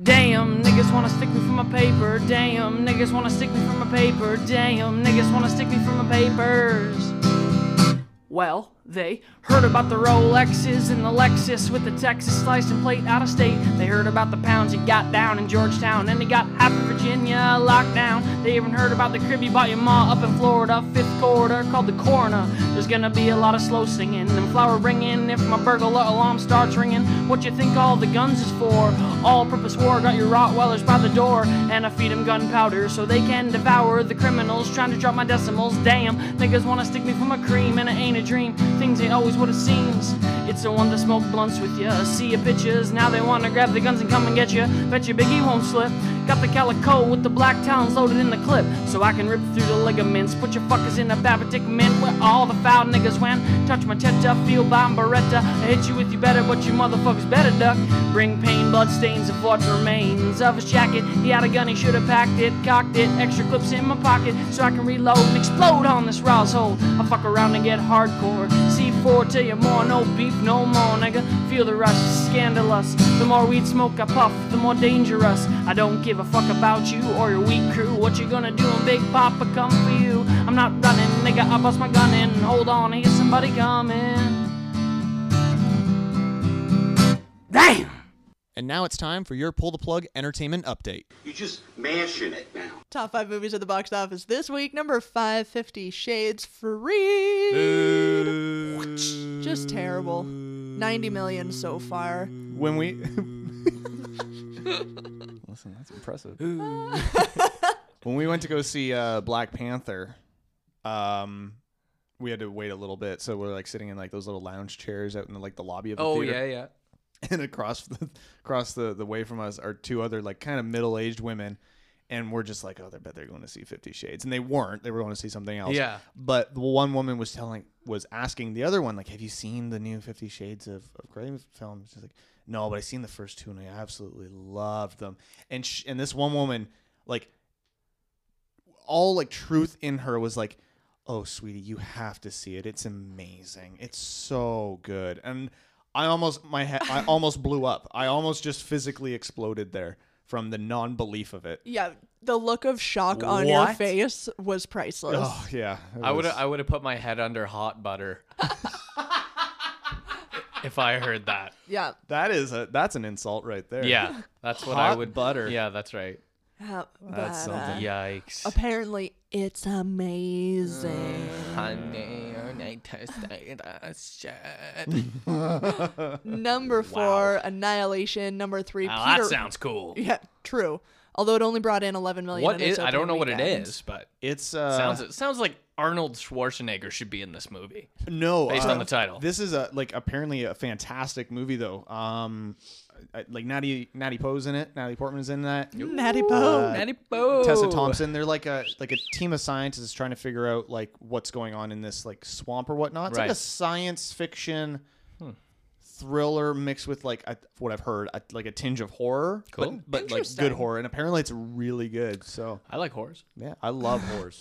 G: Damn, niggas wanna stick me for my paper. Damn, niggas wanna stick me for my paper. Damn, niggas wanna stick me for my papers. Well, they heard about the Rolexes and the Lexus with the Texas slice and plate out of state. They heard about the pounds he got down in Georgetown, and he got half of Virginia locked down. They even heard about the crib you bought your ma up in Florida, fifth corridor called the coroner. There's gonna be a lot of slow singing and flower ringing if my burglar alarm starts ringing. What you think all the guns is for? All-purpose war got your Rottweilers by the door, and I feed 'em gunpowder so they can devour the criminals trying to drop my decimals. Damn, niggas wanna stick me for my cream, and it ain't a dream. Things ain't always what it seems. It's the one to smoke blunts with ya, see your pictures. Now they wanna grab the guns and come and get ya. Bet your biggie won't slip. Got the calico with the black talons loaded in the clip, so I can rip through the ligaments. Put your fuckers in a bad predicament where all the foul niggas went. Touch my teta, feel by my beretta. I hit you with you better, but you motherfuckers better duck. Bring pain, blood stains, and what remains of his jacket. He had a gun, he should have packed it, cocked it. Extra clips in my pocket, so I can reload and explode on this rouse hole. I fuck around and get hardcore. C4 till you more, no beef, no more, nigga. Feel the rush, it's scandalous. The more weed smoke I puff, the more dangerous. I don't give a fuck about you or your weak crew. What you gonna do when Big Papa come for you? I'm not running, nigga. I bust my gun in. Hold on, here's somebody coming. Damn!
H: And now it's time for your pull the plug entertainment update.
I: You just mashing it now.
A: Top five movies at the box office this week. Number five, Fifty Shades Free. Just terrible. 90 million so far.
B: When we
D: Listen, that's impressive.
B: when we went to go see uh, Black Panther, um, we had to wait a little bit, so we're like sitting in like those little lounge chairs out in like the lobby of the
D: Oh
B: theater.
D: yeah, yeah.
B: and across the across the, the way from us are two other like kind of middle aged women, and we're just like, oh, they bet they're going to see Fifty Shades, and they weren't. They were going to see something else.
D: Yeah.
B: But the one woman was telling was asking the other one like, have you seen the new Fifty Shades of, of Grey film? She's like, no, but I seen the first two and I absolutely loved them. And sh- and this one woman like all like truth in her was like oh sweetie you have to see it it's amazing it's so good and i almost my head i almost blew up i almost just physically exploded there from the non-belief of it
A: Yeah, the look of shock on your
B: What?
A: face was priceless.
B: oh yeah it
D: I would
B: was-
D: I would have put my head under hot butter if I heard that.
A: Yeah.
B: that is a that's an insult right there
D: Yeah, that's what I
B: Hot
D: would
B: butter.
D: Yeah, that's right.
A: Yeah, but,
B: That's something.
A: uh,
D: Yikes.
A: Apparently, it's amazing. Number four, Annihilation. Number three,
D: Now
A: Peter.
D: that sounds cool.
A: yeah, true. Although it only brought in 11 million.
D: What
A: in its
D: is? I don't
A: opening
D: know what it
A: weekend.
D: is, but
B: it's uh
D: sounds it sounds like Arnold Schwarzenegger should be in this movie.
B: no uh,
D: based on the title.
B: this is a like apparently a fantastic movie though um I- I- like natty natty poe's in it natty portman's in that
A: Natty Poe.
D: Natty Bo.
B: Uh, Tessa Thompson. They're like a like a team of scientists trying to figure out like what's going on in this like swamp or whatnot. It's like a
D: Right. Hmm.
B: science fiction thriller mixed with like a, what I've heard a, like a tinge of horror,
D: Cool.
B: but, but like good
A: Interesting.
B: horror. And apparently it's really good. So
D: I like horrors.
B: yeah, I love horrors.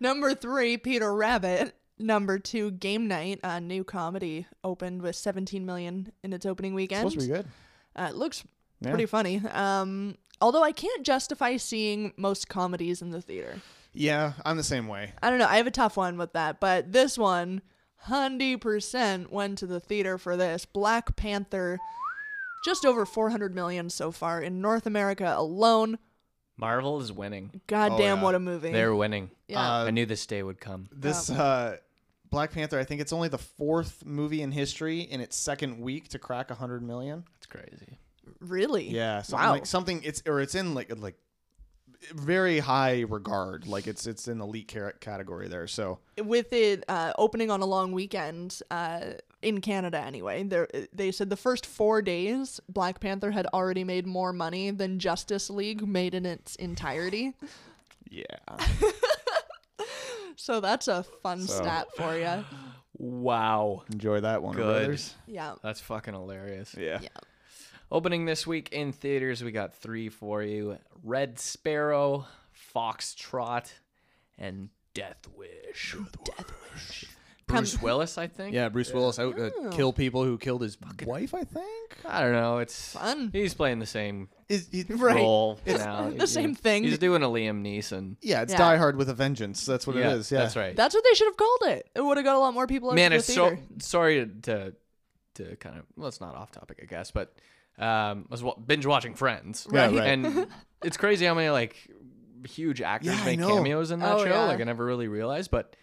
A: Number three, Peter Rabbit. Number two, Game Night, a new comedy, opened with 17 million in its opening weekend.
B: Supposed to be good.
A: Uh, it looks
B: Yeah.
A: pretty funny. Um, although I can't justify seeing most comedies in the theater.
B: Yeah, I'm the same way.
A: I don't know. I have a tough one with that, but this one, hundred percent went to the theater for this Black Panther. Just over 400 million so far in North America alone.
D: Marvel is winning.
A: Goddamn,
B: yeah.
A: what a movie!
D: They're winning.
A: yeah,
B: Uh,
D: I knew this day would come.
B: This uh Black Panther, I think it's only the fourth movie in history in its second week to crack 100 million.
D: It's crazy.
A: really.
B: Yeah, something
A: Wow.
B: like something it's or it's in like like very high regard. Like it's it's in elite car- category there. So
A: with it uh, opening on a long weekend uh, in Canada anyway, there uh, they said the first four days Black Panther had already made more money than Justice League made in its entirety.
B: yeah,
A: So that's a fun stat for you.
D: Wow.
B: Enjoy that one,
D: Good.
B: brothers.
A: Yeah.
D: That's fucking hilarious.
B: Yeah.
D: Opening this week in theaters, we got three for you Red Sparrow, Foxtrot, and Death Wish. Death Wish. Bruce Willis, I think.
B: Yeah, Oh. Bruce Willis out to kill people who killed his wife, I think.
D: I don't know. It's
A: Fun.
D: He's playing the same
B: Is he,
A: Right.
D: role now.
A: the same thing.
D: He's doing a Liam Neeson.
B: Yeah, it's
A: Yeah.
B: Die Hard with a Vengeance. That's what it is. Yeah,
D: that's right.
A: That's what they should have called it. It would have got a lot more people out
D: Man,
A: to the
D: it's so
A: theater.
D: sorry to to, to kind of well, it's not off topic, I guess, but um, I was wa- binge watching Friends,
B: Yeah, Right. right.
D: And it's crazy how many like huge actors
B: Yeah, I
D: make
B: know.
D: cameos in that
A: Oh,
D: show.
A: yeah.
D: Like I never really realized, but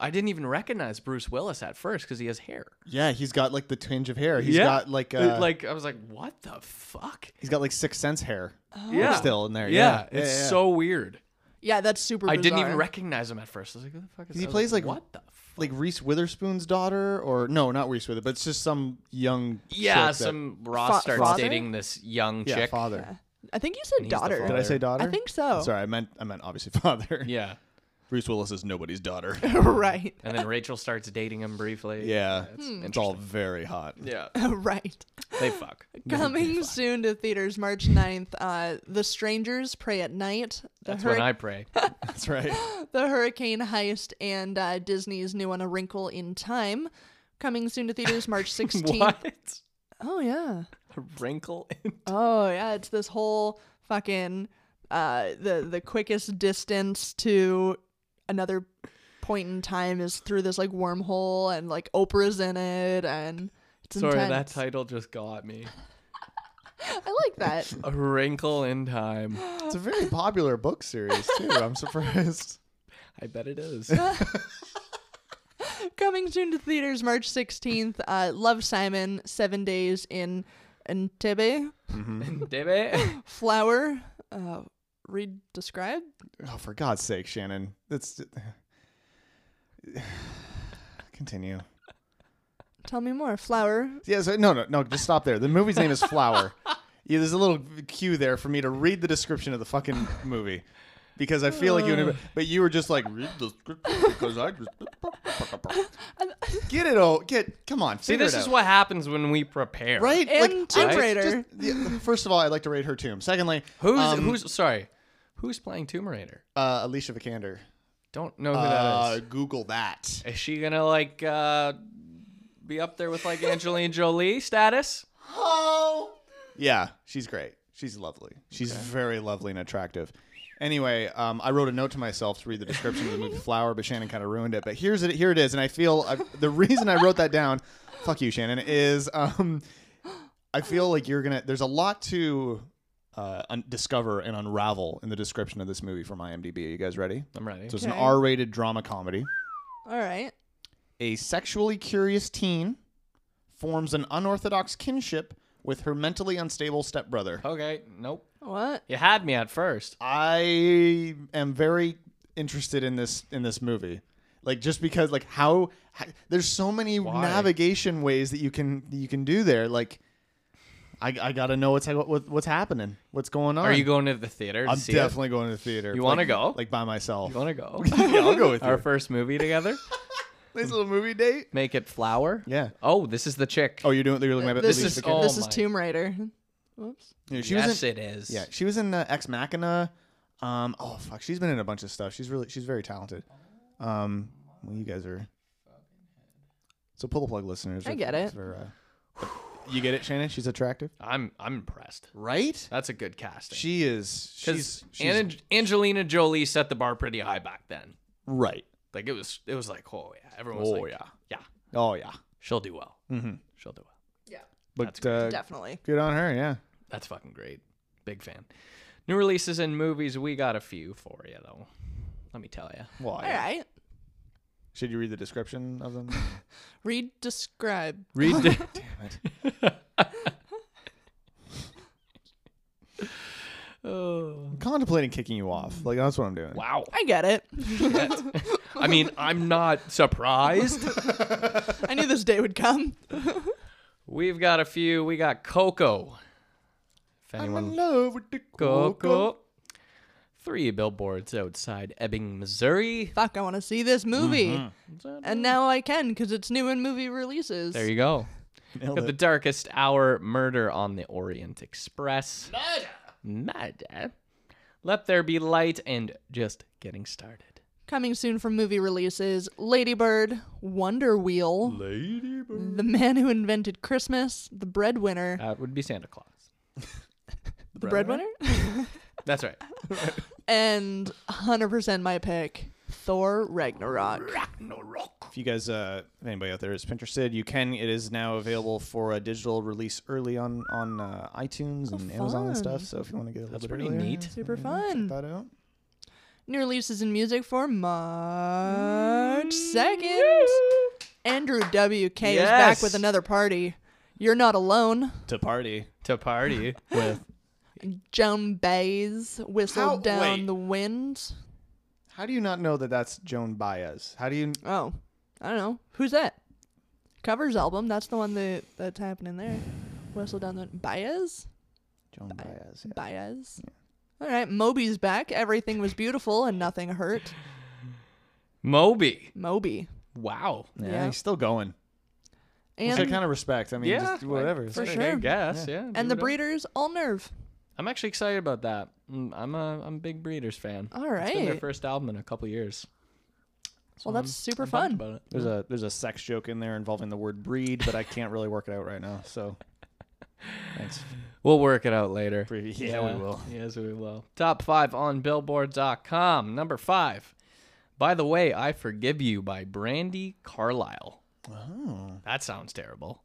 D: I didn't even recognize Bruce Willis at first because he has hair.
B: Yeah, he's got like the tinge of hair. He's
D: Yeah.
B: got like uh, like
D: like I was like, what the fuck?
B: he's got like Sixth Sense hair.
D: yeah,
B: still in there, yeah.
D: it's
B: Yeah, yeah.
D: so weird.
A: Yeah, that's super.
D: I didn't even
A: bizarre.
D: recognize him at first. I was like, who the fuck is
B: He
D: I was
B: plays, like,
D: what the fuck?
B: Like Reese Witherspoon's daughter, or no, not Reese Witherspoon, but it's just some young.
D: Yeah,
B: chick that-
D: some Ross
A: Fa-
D: starts
A: father?
D: dating this young
B: yeah
D: chick.
B: father.
A: I think you
D: And
A: said
D: he's the
A: daughter.
B: Did I say daughter?
A: I think so.
B: Sorry, I meant I meant obviously father.
D: Yeah.
B: Bruce Willis is nobody's daughter.
A: right.
D: And then Rachel starts dating him briefly.
B: yeah,
A: Hmm.
B: it's all very hot.
D: Yeah.
A: right.
D: They fuck.
A: Coming soon to theaters March 9th, uh, The Strangers Pray at Night, The,
D: That's when
A: Hurri-
D: I pray.
B: That's right.
A: the Hurricane Heist, and uh, Disney's new one, A Wrinkle in Time. Coming soon to theaters March 16th.
D: what?
A: Oh, yeah.
D: A wrinkle in
A: Oh, yeah. It's this whole fucking uh, the, the quickest distance to another point in time is through this like wormhole, and like Oprah's in it, and it's
D: Sorry, that
A: intense.
D: title just got me.
A: I like that.
D: A wrinkle in time.
B: It's a very popular book series too. I'm surprised.
D: I bet it is.
A: Coming soon to theaters March 16th. Uh, Love Simon, Seven Days in Entebbe.
D: Mm-hmm. Debe?
A: Flower, uh, read, describe.
B: Oh, for God's sake, Shannon. That's continue.
A: Tell me more. Flower.
B: Yeah, so no, no, no. Just stop there. The movie's name is Flower. yeah, there's a little cue there for me to read the description of the fucking movie because I feel like you. would- But you were just like read the description because I just get it. all. get come on.
D: See, this is what happens when we prepare.
B: right
A: And
B: I-
A: Tomb Raider.
B: just- yeah, first of all, I'd like to rate her tomb. Secondly,
D: Who's
B: um,
D: who's sorry? Who's playing Tomb Raider?
B: uh, Alicia Vikander?
D: Don't know who that
B: Uh,
D: is.
B: Google that.
D: Is she gonna like uh be up there with like Angelina Jolie status?
B: Yeah, she's great. She's lovely. She's very lovely and attractive. Anyway, um, I wrote a note to myself to read the description of the movie Flower, but Shannon kind of ruined it. But here's it. Here it is, and I feel I, the reason I wrote that down. Fuck you, Shannon. Is um, I feel like you're gonna. There's a lot to uh, un- discover and unravel in the description of this movie from IMDb. Are you guys ready?
D: I'm ready.
B: So it's an
A: Okay.
B: R-rated drama comedy.
A: All right.
B: A sexually curious teen forms an unorthodox kinship with her mentally unstable stepbrother.
D: Okay, nope.
A: What?
D: You had me at first.
B: I am very interested in this in this movie. Like just because like how, how there's so many navigation ways that you can you can do there. Like I, I gotta know what's what, what's happening, what's going on.
D: Are you going to the theater? To
B: I'm
D: see
B: definitely going to the theater.
D: You wanna
B: Like-
D: go?
B: Like by myself.
D: It? You want to go?
B: yeah, I'll go with
D: Our
B: you.
D: first movie together.
B: Nice little movie date.
D: Make it flower.
B: Yeah.
D: Oh, this is the chick.
B: Oh, you're doing. You're looking at
A: This
B: Alicia
A: is
B: Vikander?
A: this is
D: Oh my-
A: Tomb Raider. Whoops.
B: Yeah, she was
D: yes,
B: in,
D: it is.
B: Yeah, she was in uh, Ex Machina. Um, oh fuck, she's been in a bunch of stuff. She's really she's very talented. Um, well, you guys are. So pull the plug, listeners.
A: I
B: if-
A: get it.
B: if they're, uh, you get it, Shannon. She's attractive,
D: I'm I'm impressed.
B: right?
D: That's a good casting.
B: She is. She's,
D: Because
B: she's
D: Angelina Jolie set the bar pretty high back then.
B: right.
D: Like it was it was like oh yeah everyone was
B: Oh,
D: like
B: yeah.
D: yeah
B: Oh yeah,
D: she'll do well. Mm-hmm. She'll do well.
B: but uh,
A: Definitely.
B: good on her. Yeah.
D: That's fucking great. Big fan. New releases and movies. We got a few for you though. Let me tell you.
B: Well,
A: All right.
B: should you read the description of them?
A: Read, describe.
D: Read. Oh.
B: I'm contemplating kicking you off. Like that's what I'm doing.
D: wow.
A: I get it.
D: I mean, I'm not surprised.
A: I knew this day would come.
D: We've got a few. We got Coco. If
B: I'm in
D: anyone
B: love with the
D: Coco.
B: cocoa.
D: three billboards outside Ebbing, Missouri.
A: Fuck, I want to see this movie. And now I can because it's new in movie releases.
D: There you go.
B: Nailed
D: Got the
B: it.
D: darkest hour murder on the Orient Express. Murder. Murder. Let there be light and just getting started.
A: Coming soon from movie releases Ladybird, Wonder Wheel, Ladybird. The Man Who Invented Christmas, The Breadwinner.
D: That would be Santa Claus.
A: the Breadwinner?
D: That's right.
A: and 100% my pick, Thor Ragnarok.
B: If you guys, uh, if anybody out there is interested, you can. It is now available for a digital release early on on uh, iTunes and Amazon and stuff. So if you want to get a little
D: That's
B: bit
D: pretty
B: earlier,
D: neat.
A: Oh, Super
B: check
A: fun.
B: that out.
A: New releases in music for March 2nd. Andrew W.K. is back
D: Yes.
A: with another party. You're not alone.
B: To party.
D: To party with.
A: Joan Baez whistled
B: How-
A: down
B: wait.
A: the wind.
B: How do you not know that that's Joan Baez? How do you?
A: Oh, I don't know. Who's that? Covers album. That's the one that that's happening there. Whistle down the Baez.
B: Joan Baez. yeah.
A: Baez. All right, Moby's back. Everything was beautiful and nothing hurt.
D: Moby.
A: Moby.
D: Wow.
B: Yeah,
A: Yeah.
B: he's still going. Which I
A: And
B: kind of respect. I mean,
D: Yeah,
B: just whatever.
D: I-
B: It's
A: for
B: great.
A: sure.
D: I guess. Yeah. do
A: and the
D: whatever.
A: Breeders all nerve.
D: I'm actually excited about that. Mm, I'm a I'm a big Breeders fan.
A: All
D: It's been their
A: right.
D: first album in a couple years.
A: Well, that's super
D: I'm pumped
A: fun.
D: About it.
B: There's a there's a sex joke in there involving the word breed, but I can't really work it out right now. So, thanks.
D: We'll work it out later.
B: Pre- yeah, we will.
D: Yes, we will. Top five on Billboard.com. Number five. By the way, I forgive you by Brandy Carlisle. Oh. That sounds terrible.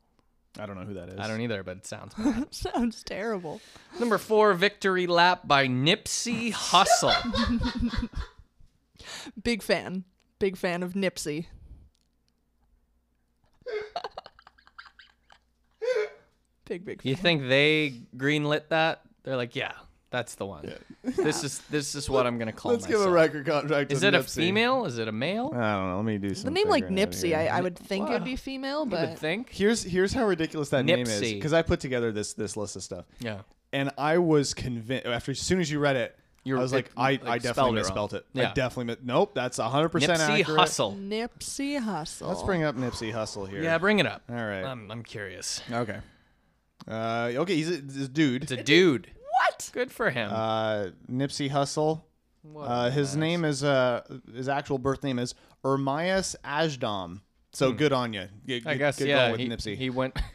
B: I don't know who that is.
D: I don't either, but it sounds. bad.
A: Sounds terrible.
D: Number four, Victory Lap by Nipsey Hussle.
A: Big fan. Big fan of Nipsey. big big fan.
D: You think they greenlit that? They're like, yeah, that's the one. This is this is what I'm gonna call.
B: Let's give a
D: myself."
B: record contract.
D: Is
B: to
D: it a
B: Nipsey.
D: female? Is it a male?
B: I don't know. Let me do
A: The
B: some.
A: name like
B: figuring out
A: Nipsey,
B: here.
A: I, I would think it'd be female,
D: I would
A: but
D: think.
B: Here's here's how ridiculous that name is
D: Nipsey.
B: because I put together this this list of stuff,
D: Yeah.
B: and I was convinced after as soon as you read it,
D: You're-
B: I was
D: it-
B: like, I,
D: like,
B: I
D: spelled
B: definitely
D: it wrong.
B: misspelled it.
D: Yeah.
B: I definitely mi- nope. That's hundred percent
D: Nipsey
B: accurate.
D: Hustle.
A: Nipsey Hustle.
B: Let's bring up Nipsey Hustle here.
D: Yeah, Um, bring it up.
B: All right.
D: I'm I'm curious.
B: okay. Uh, okay, he's a, this dude.
D: It's a dude.
A: what?
D: Good for him.
B: uh, Nipsey Hustle. Uh, his name is uh, his actual birth name is Ermias Ajdam. So good on you.
D: Hmm. I guess
B: good
D: yeah.
B: Going with
D: he,
B: Nipsey.
D: he went.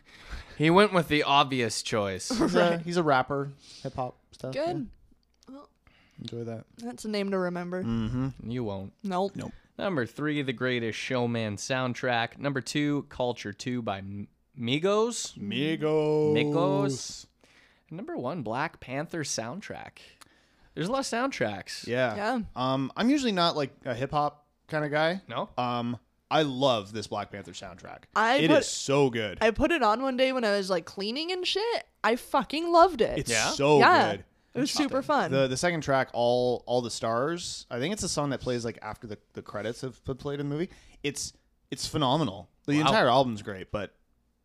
D: He went with the obvious choice.
B: he's, a, he's a rapper, hip hop stuff. yeah.
A: Good.
B: Enjoy that.
A: That's a name to remember.
D: you won't.
A: Nope.
B: Mm. Nope.
D: Number three, The Greatest Showman soundtrack. Number two, Culture Two by M- Migos.
B: Migos.
D: Migos. Number one, Black Panther soundtrack. There's a lot of soundtracks.
B: Yeah.
A: Yeah.
B: Um, I'm usually not like a hip hop kind of guy.
D: No?
B: Um, I love this Black Panther soundtrack.
A: I
B: It
A: put-
B: is so good.
A: I put it on one day when I was like cleaning and shit. I fucking loved it.
B: it's
D: Yeah?
B: so
A: yeah. Um,
B: good.
A: It was super fun.
B: The the second track, all all the stars. I think it's a song that plays like after the, the credits have been played in the movie. It's it's phenomenal. The entire album's great, but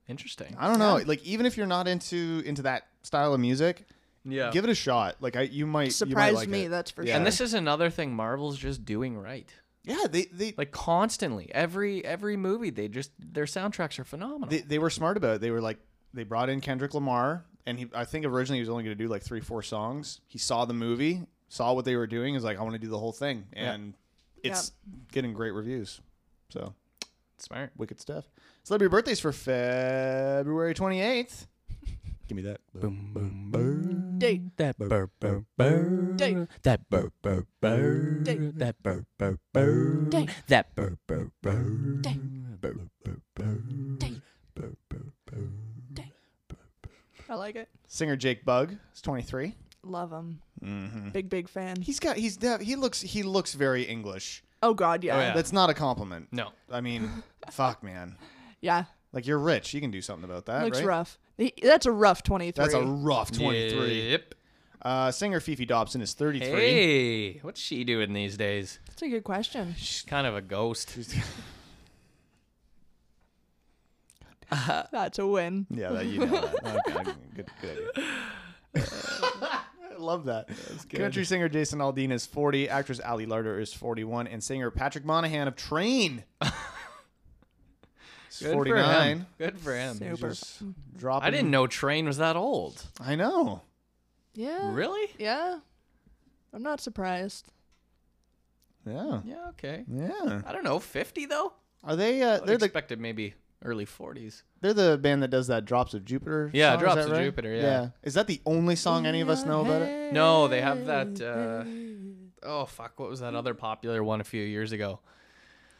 D: Interesting.
B: I don't know. Like even if you're not into into that style of music,
D: Yeah.
B: give it a shot. Like I, you might you might
A: Surprised
B: like
A: me,
B: it.
A: that's for
B: Yeah.
A: sure.
D: and this is another thing Marvel's just doing right.
B: yeah they they
D: Like constantly, every every movie, they just their soundtracks are phenomenal.
B: they, they were smart about it. They were like they brought in Kendrick Lamar, and he I think originally he was only going to do like three four songs. He saw the movie, saw what they were doing, is like I want to do the whole thing, and it's getting great reviews. So
D: Smart.
B: wicked stuff. Celebrity birthdays for February twenty eighth. Give me that.
A: Date.
C: That burr burr burr.
A: Date.
C: That burr burr burr.
A: Date.
C: That burr burr burr.
A: Date.
C: That burr burr burr.
A: Date.
C: Burr burr burr.
A: Date.
C: Burr burr burr.
A: I like it.
B: Singer Jake Bug is twenty three.
A: Love him.
B: Mm-hmm.
A: Big big fan.
B: He's got he's def- he looks he looks very English.
A: oh god, yeah.
D: Oh, yeah.
B: That's not a compliment.
D: No.
B: I mean, fuck, man.
A: Yeah.
B: Like you're rich, you can do something about that,
A: Looks
B: right?
A: rough. He- that's a rough 23.
B: That's a rough twenty three.
D: Yep.
B: Uh, singer Fifi Dobson is 33.
D: Hey, what's she doing these days?
A: That's a good question.
D: She's kind of a ghost.
A: That's a win.
B: Yeah, that, you know that. Okay, good, good idea. love that. Country singer Jason Aldean is 40. Actress Ali Larter is 41. And singer Patrick Monahan of Train is
D: Good
B: 49.
D: For him. Good for him.
A: Super.
B: Just dropping.
D: I didn't know Train was that old.
B: I know. Ah.
A: Yeah.
D: Really?
A: Yeah. I'm not surprised.
B: Yeah.
D: Yeah. Okay.
B: Yeah.
D: I don't know. Fifty though.
B: Are they? Uh,
D: I
B: they're the
D: expected maybe early forties.
B: they're the band that does that Drops of Jupiter.
D: Yeah,
B: song, is
D: Drops
B: that
D: of
B: right?
D: Jupiter, yeah.
B: Is that the only song any of us know about it?
D: No, they have that. Uh, oh fuck! What was that other popular one a few years ago?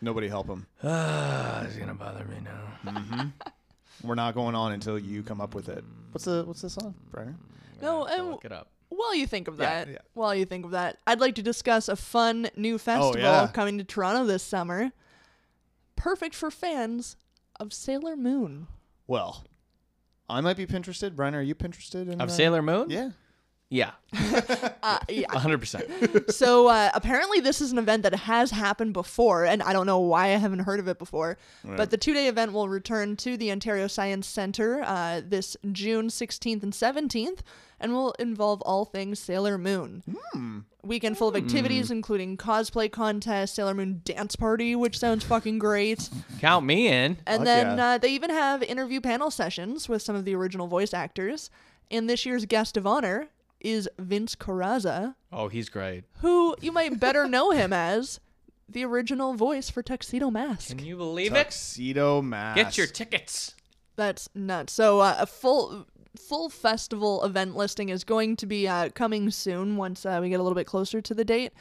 B: Nobody help him.
D: Ah, it's gonna bother me now.
B: Mm-hmm. We're not going on until you come up with it. What's the What's the song, Brian?
A: No,
D: I'll
A: and
D: look it up.
A: while you think of
B: Yeah,
A: that,
B: yeah. Oh,
A: while you think of that, I'd like to discuss a fun new festival
B: yeah.
A: coming to Toronto this summer. Perfect for fans of Sailor Moon.
B: Well, I might be Pinterested. Brian, are you Pinterested? In,
D: Of
B: uh,
D: Sailor Moon?
B: Yeah.
D: Yeah.
A: Uh, yeah.
D: hundred percent.
A: so uh, apparently, this is an event that has happened before, and I don't know why I haven't heard of it before. But the two-day event will return to the Ontario Science Centre uh, this June 16th and 17th, and will involve all things Sailor Moon. Weekend full of activities, including cosplay contest, Sailor Moon dance party, which sounds fucking great.
D: Count me in.
A: And
B: Fuck
A: then
B: yeah.
A: uh, they even have interview panel sessions with some of the original voice actors. And this year's guest of honor is Vince Carrazza,
D: Oh, he's great.
A: who you might better know him as the original voice for Tuxedo Mask.
D: Can you believe it?
B: Tuxedo Mask.
D: Get your tickets.
A: That's nuts. So uh, a full full festival event listing is going to be uh, coming soon once uh, we get a little bit closer to the date.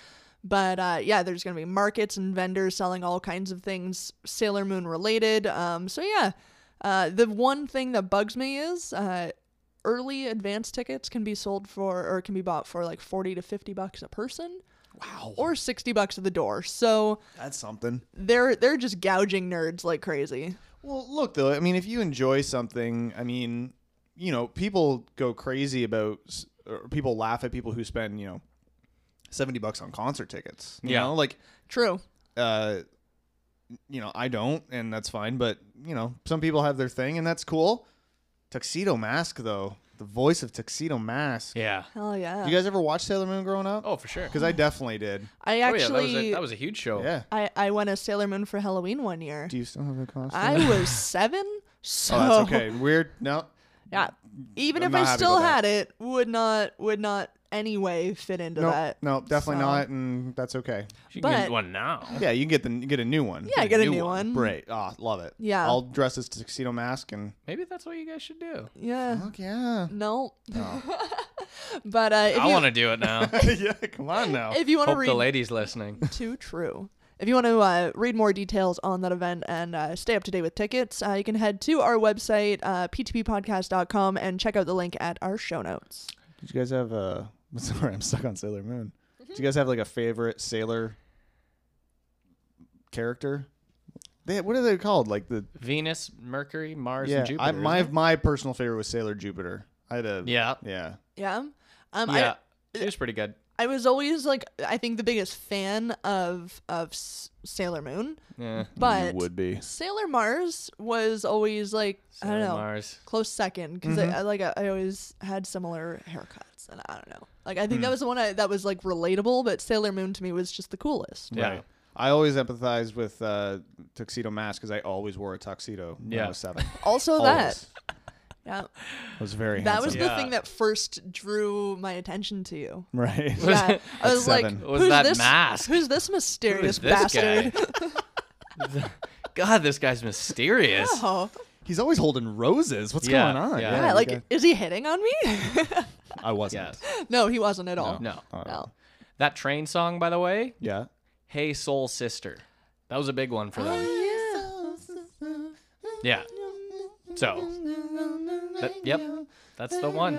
A: But uh, yeah, there's going to be markets and vendors selling all kinds of things Sailor Moon related. Um, so yeah, uh, the one thing that bugs me is uh, early advance tickets can be sold for or can be bought for like 40 to 50 bucks a person. Wow. Or 60 bucks at the door. So
B: That's something.
A: they're they're just gouging nerds like crazy.
B: Well, look though. I mean, if you enjoy something, I mean, you know, people go crazy about, s- or people laugh at people who spend, you know, seventy bucks on concert tickets. You
D: Yeah.
B: know, like,
A: True.
B: uh, you know, I don't, and that's fine. But you know, some people have their thing, and that's cool. Tuxedo Mask, though, the voice of Tuxedo Mask.
D: Yeah.
A: Hell yeah.
B: You guys ever watch Sailor Moon growing up?
D: Oh, for sure.
B: because I definitely did.
A: I
D: Oh, yeah, that
A: actually
D: was, a, that was a huge show.
B: Yeah.
A: I, I went as Sailor Moon for Halloween one year.
B: Do you still have a costume?
A: I was seven, so
B: oh, that's okay. Weird. No.
A: yeah. Even
B: I'm
A: if
B: not
A: I
B: happy
A: still
B: about that.
A: had it, would not would not anyway fit into
B: No,
A: that.
B: no, definitely
A: So-
B: not, and that's okay.
D: You can
A: But-
D: get one now.
B: Yeah, you can get the you get a new one.
A: Yeah, get a new one.
B: Great. Ah, love it.
A: Yeah.
B: I'll dress as tuxedo mask and
D: Maybe that's what you guys should do.
A: Yeah.
B: fuck yeah.
A: No. but uh, if
D: I
A: you
D: want to do it now.
B: yeah, come on now.
A: if you want to
D: Hope the
A: read
D: lady's listening.
A: too true. If you want to uh, read more details on that event and uh, stay up to date with tickets, uh, you can head to our website, uh, ptppodcast.com, and check out the link at our show notes.
B: Did you guys have a? Sorry, I'm stuck on Sailor Moon. Did
A: Mm-hmm.
B: you guys have like a favorite sailor character? They, what are they called? Like the
D: Venus, Mercury, Mars,
B: yeah.
D: and Jupiter.
B: I,
D: isn't
B: my
D: it?
B: my personal favorite was Sailor Jupiter. I had a
D: yeah,
B: yeah.
A: Yeah. Um, I-
D: yeah, it was pretty good.
A: I was always like I think the biggest fan of of S- Sailor Moon,
D: Yeah,
A: but
B: be
A: Sailor Mars was always like I don't know
D: Mars.
A: close second because
D: Mm-hmm.
A: I, I like I, I always had similar haircuts and I don't know like I think
D: Mm.
A: that was the one I, that was like relatable, but Sailor Moon to me was just the coolest.
D: Yeah.
B: Right. I always empathize with uh, tuxedo mask because I always wore a tuxedo when
D: Yeah.
B: I was seven.
A: Also
B: always.
A: that yeah
B: I was very
A: that was
B: handsome.
A: the
D: Yeah.
A: thing that first drew my attention to you.
B: right.
A: Yeah, I was like,
B: seven.
D: Was
A: who's
D: that
A: this
D: mask?
A: Who's this mysterious
D: this
A: bastard?
D: guy? God, this guy's mysterious.
A: Oh,
B: He's always holding roses. What's
D: Yeah,
B: going on?
D: yeah.
A: yeah,
D: you
A: like,
B: okay.
A: is he hitting on me?
B: I wasn't.
D: Yes.
A: No, he wasn't at all.
D: No.
B: Uh,
A: No.
D: That train song, by the way,
B: Yeah.
D: "Hey Soul Sister," that was a big one for
A: Oh,
D: them. Oh, Yeah. So. that- yep. That's the one.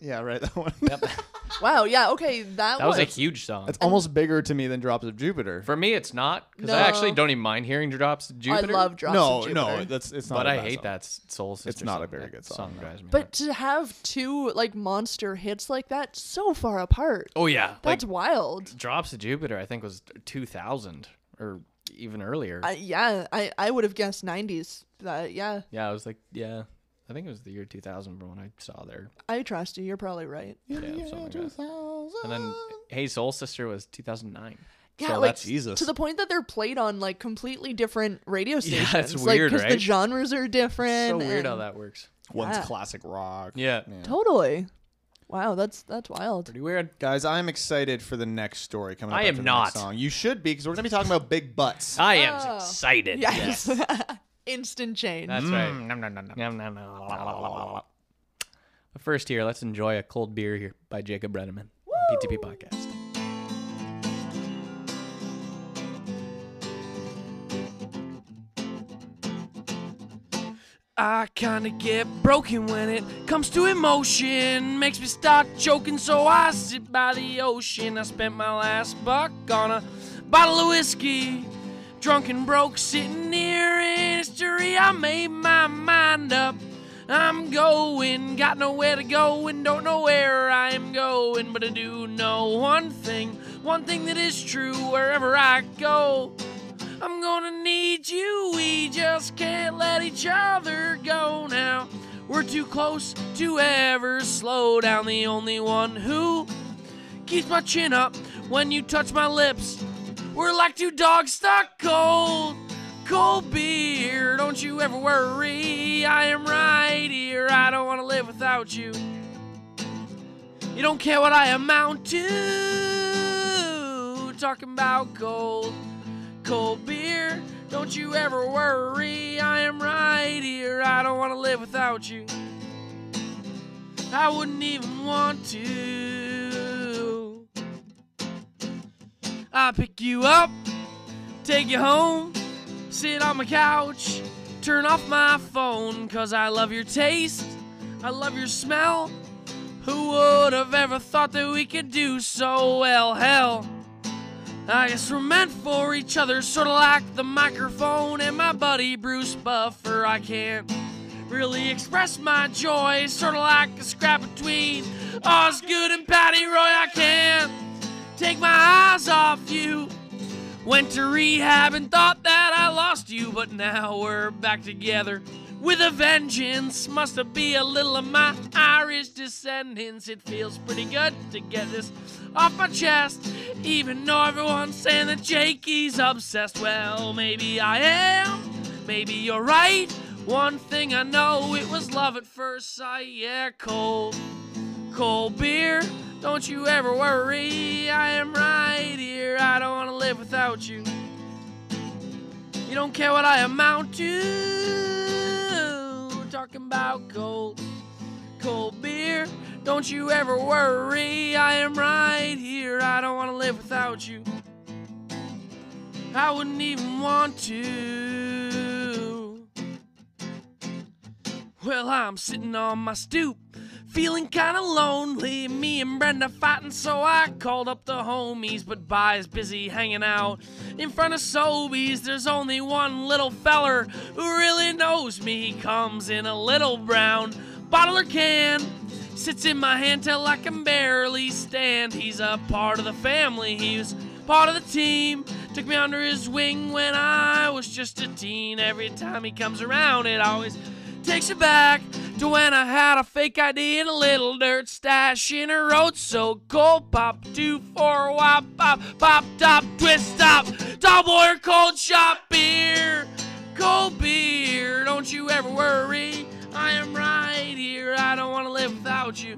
B: Yeah, right. That one.
D: Yep. That
A: Wow. Yeah. Okay. That,
D: was a huge song.
B: It's almost bigger to me than Drops of Jupiter.
D: For me, it's not because I actually
A: No.
D: don't even mind hearing drops. of
A: I
D: Jupiter.
A: love drops.
B: no,
A: of
B: no,
A: Jupiter.
B: that's it's not.
D: but
B: a
D: I
B: bad
D: hate
B: song.
D: that s- Soul Sister.
B: not
D: song.
B: a very
D: That
B: good song, no.
D: drives me
A: But to have two like monster hits like that so far apart,
D: Oh yeah,
A: that's
D: like
A: wild.
D: Drops of Jupiter. I think was 2000 or even earlier.
A: I, yeah, I I would have guessed '90s. That yeah.
D: yeah, I was like, yeah, I think it was the year 2000 from when I saw there.
A: I trust you. You're probably right.
D: Yeah, something like that. And then Hey Soul Sister was 2009.
A: Yeah,
D: So
A: like
D: that's-
B: Jesus.
A: to the point that they're played on like completely different radio
D: Yeah,
A: stations.
D: it's
A: like,
D: weird,
A: the
D: right?
A: genres are
D: So
A: different.
D: weird how
A: and-
D: that works.
B: One's
A: Yeah.
B: classic rock.
D: Yeah.
A: Totally. Wow, that's that's wild.
D: Pretty weird.
B: Guys, I'm excited for the next story coming up.
D: I am
B: after the next
D: not. Uh,
B: Song. You should be because we're going to be talking about big butts.
D: I am
A: Oh.
D: excited.
A: Yes. Instant change.
D: That's right. Nom, nom, nom, nom, nom, nom, nom, nom. But first here, let's enjoy a cold beer here by Jacob Redeman. on PTP Podcast.
F: I kinda get broken when it comes to emotion. Makes me start choking, so I sit by the ocean. I spent my last buck on a bottle of whiskey. Drunk and broke, sitting here in history. I made my mind up. I'm going, got nowhere to go, and don't know where I am going. But I do know one thing, one thing that is true wherever I go. I'm gonna need you. We just can't let each other go now. We're too close to ever slow down. The only one who keeps my chin up when you touch my lips. We're like two dogs stuck cold. Cold beer, don't you ever worry. I am right here. I don't wanna live without you. You don't care what I amount to. Talking about cold cold beer. Don't you ever worry, I am right here. I don't want to live without you. I wouldn't even want to. I pick you up, take you home, sit on my couch, turn off my phone, cause I love your taste, I love your smell. Who would have ever thought that we could do so well? Hell. I guess we're meant for each other, sort of like the microphone and my buddy Bruce Buffer. I can't really express my joy, sort of like a scrap between Osgood and Patty Roy. I can't take my eyes off you. Went to rehab and thought that I lost you, but now we're back together with a vengeance. Must be a little of my Irish descendants. It feels pretty good to get this off my chest, even though everyone's saying that Jakey's obsessed. Well, maybe I am, maybe you're right. One thing I know, it was love at first sight. Yeah, cold cold beer. Don't you ever worry, I am right here. I don't want to live without you. You don't care what I amount to. Talking about cold, cold beer. Don't you ever worry, I am right here. I don't want to live without you. I wouldn't even want to. Well, I'm sitting on my stoop, feeling kinda lonely. Me and Brenda fighting, so I called up the homies. But Bye's busy hanging out in front of Sobeys. There's only one little feller who really knows me. He comes in a little brown bottle or can, sits in my hand till I can barely stand. He's a part of the family. He's part of the team. Took me under his wing when I was just a teen. Every time he comes around, it always takes you back to when I had a fake ID and a little dirt stash in a road so cold. Pop two four wop pop pop top twist stop. Tall boy or cold shop beer, cold beer. Don't you ever worry, I am right here. I don't want to live without you.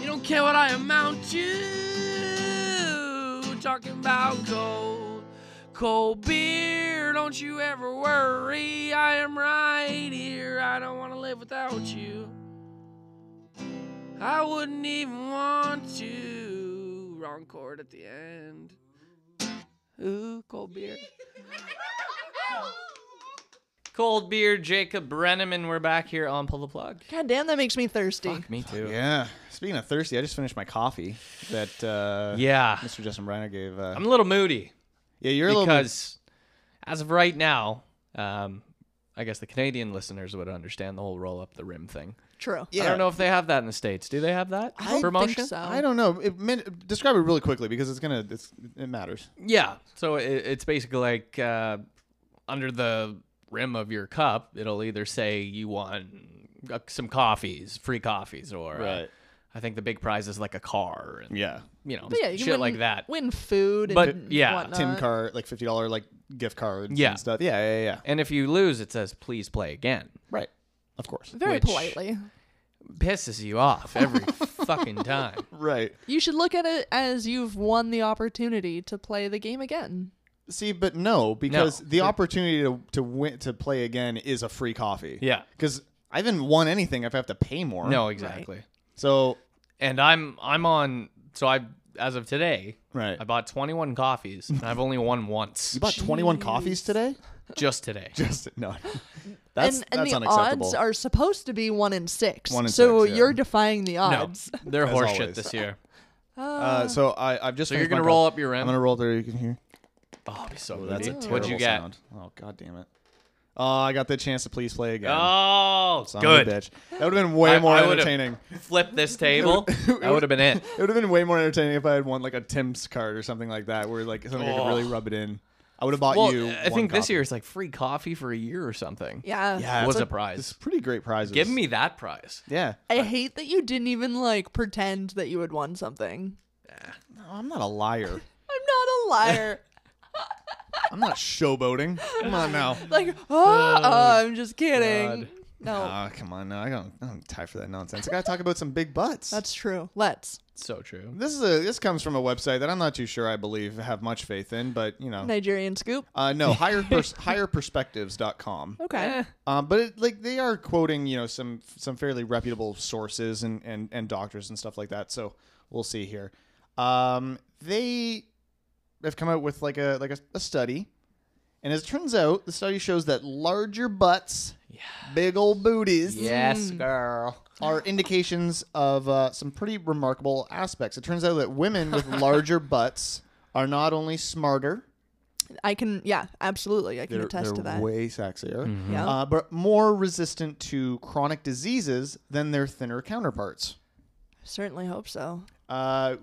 F: You don't care what I amount to. Talking about cold, cold beer. Don't you ever worry. I am right here. I don't want to live without you. I wouldn't even want to. Wrong chord at the end. Ooh, cold beer.
D: Cold beer, Jacob Brenneman. We're back here on Pull the Plug.
A: God damn, that makes me thirsty.
D: Me too.
B: Yeah. Speaking of thirsty, I just finished my coffee that uh,
D: Yeah.
B: Mr. Justin Briner gave. Uh,
D: I'm a little moody
B: yeah, you're a little bit.
D: because as of right now, um, I guess the Canadian listeners would understand the whole roll up the rim thing.
A: True.
B: Yeah.
D: I don't know if they have that in the states. Do they have that
A: I don't
D: promotion?
A: think so.
B: I don't know. It meant, describe it really quickly because it's gonna. It's, it matters.
D: Yeah. So it, it's basically like uh, under the rim of your cup, it'll either say you want uh, some coffees, free coffees, or uh,
B: Right.
D: I think the big prize is like a car, and,
B: Yeah.
D: you know,
A: But yeah, you can
D: shit
A: win,
D: like that.
A: Win food.
D: But,
A: and
D: yeah,
A: whatnot.
B: Tim card, like fifty dollar like gift cards.
D: Yeah.
B: And stuff. Yeah. Yeah. Yeah.
D: And if you lose, it says please play again.
B: Right. Of course.
A: Very
D: which-
A: politely.
D: Pisses you off every fucking time.
B: Right.
A: You should look at it as you've won the opportunity to play the game again.
B: See, but no, because
D: No.
B: the opportunity to to win to play again is a free coffee.
D: Yeah.
B: Because I haven't won anything if I have to pay more.
D: No, exactly.
B: So
D: And I'm I'm on. So I as of today,
B: right.
D: I bought 21 coffees, and I've only won once.
B: you bought twenty one coffees today.
D: just today.
B: Just no. That's
A: and and
B: that's
A: the
B: unacceptable.
A: odds are supposed to be one in six.
B: One in
A: so
B: six, yeah.
A: you're defying the
D: No,
A: odds.
D: they're
B: As
D: horseshit
B: always.
D: this year.
B: uh, so I I've just
D: So you're
B: finished
D: gonna
B: my
D: roll
B: coffee.
D: up your rim.
B: I'm gonna roll there. You can hear.
D: oh, it'd be so
B: That's a
D: good.
B: terrible
D: What'd you get?
B: sound. Oh god damn it. Oh, I got the chance to please play again.
D: Oh,
B: Son of a
D: good.
B: bitch. That would have been way
D: I-
B: more
D: I would've-
B: entertaining.
D: Flip this table. that would have been it.
B: It would have been way more entertaining if I had won like a Tim's card or something like that, where like something I could really rub it in. I would have bought
D: Well,
B: you.
D: I
B: one
D: think this
B: copy.
D: year it's like free coffee for a year or something.
A: yeah.
B: yeah,
D: was
B: it's
D: a prize.
B: It's pretty great prizes.
D: Give me that prize.
B: Yeah,
A: I hate that you didn't even like pretend that you had won something.
B: No, Oh, I'm not a liar.
A: I'm not a liar.
B: I'm not showboating. Come on now.
A: like, oh, I'm just kidding.
D: God.
A: No,
B: Ah, come on now. I don't. I'm tired for that nonsense. I gotta talk about some big butts.
A: that's true. Let's.
D: So true.
B: this is a. This comes from a website that I'm not too sure I believe have much faith in, but you know.
A: Nigerian scoop.
B: Uh, no, higher pers- higherperspectives.com.
A: Okay.
B: Um, but it, like they are quoting, you know, some some fairly reputable sources and and and doctors and stuff like that. So we'll see here. Um, they have come out with like a like a, a study, and as it turns out, the study shows that larger butts, big old booties,
A: Hmm.
D: Yes, girl.
B: are indications of uh, some pretty remarkable aspects. It turns out that women with larger butts are not only smarter,
A: I can, yeah, absolutely. I can attest to that.
B: way sexier,
A: Yeah.
D: Uh-huh.
B: uh, but more resistant to chronic diseases than their thinner counterparts.
A: Certainly hope so.
B: Uh,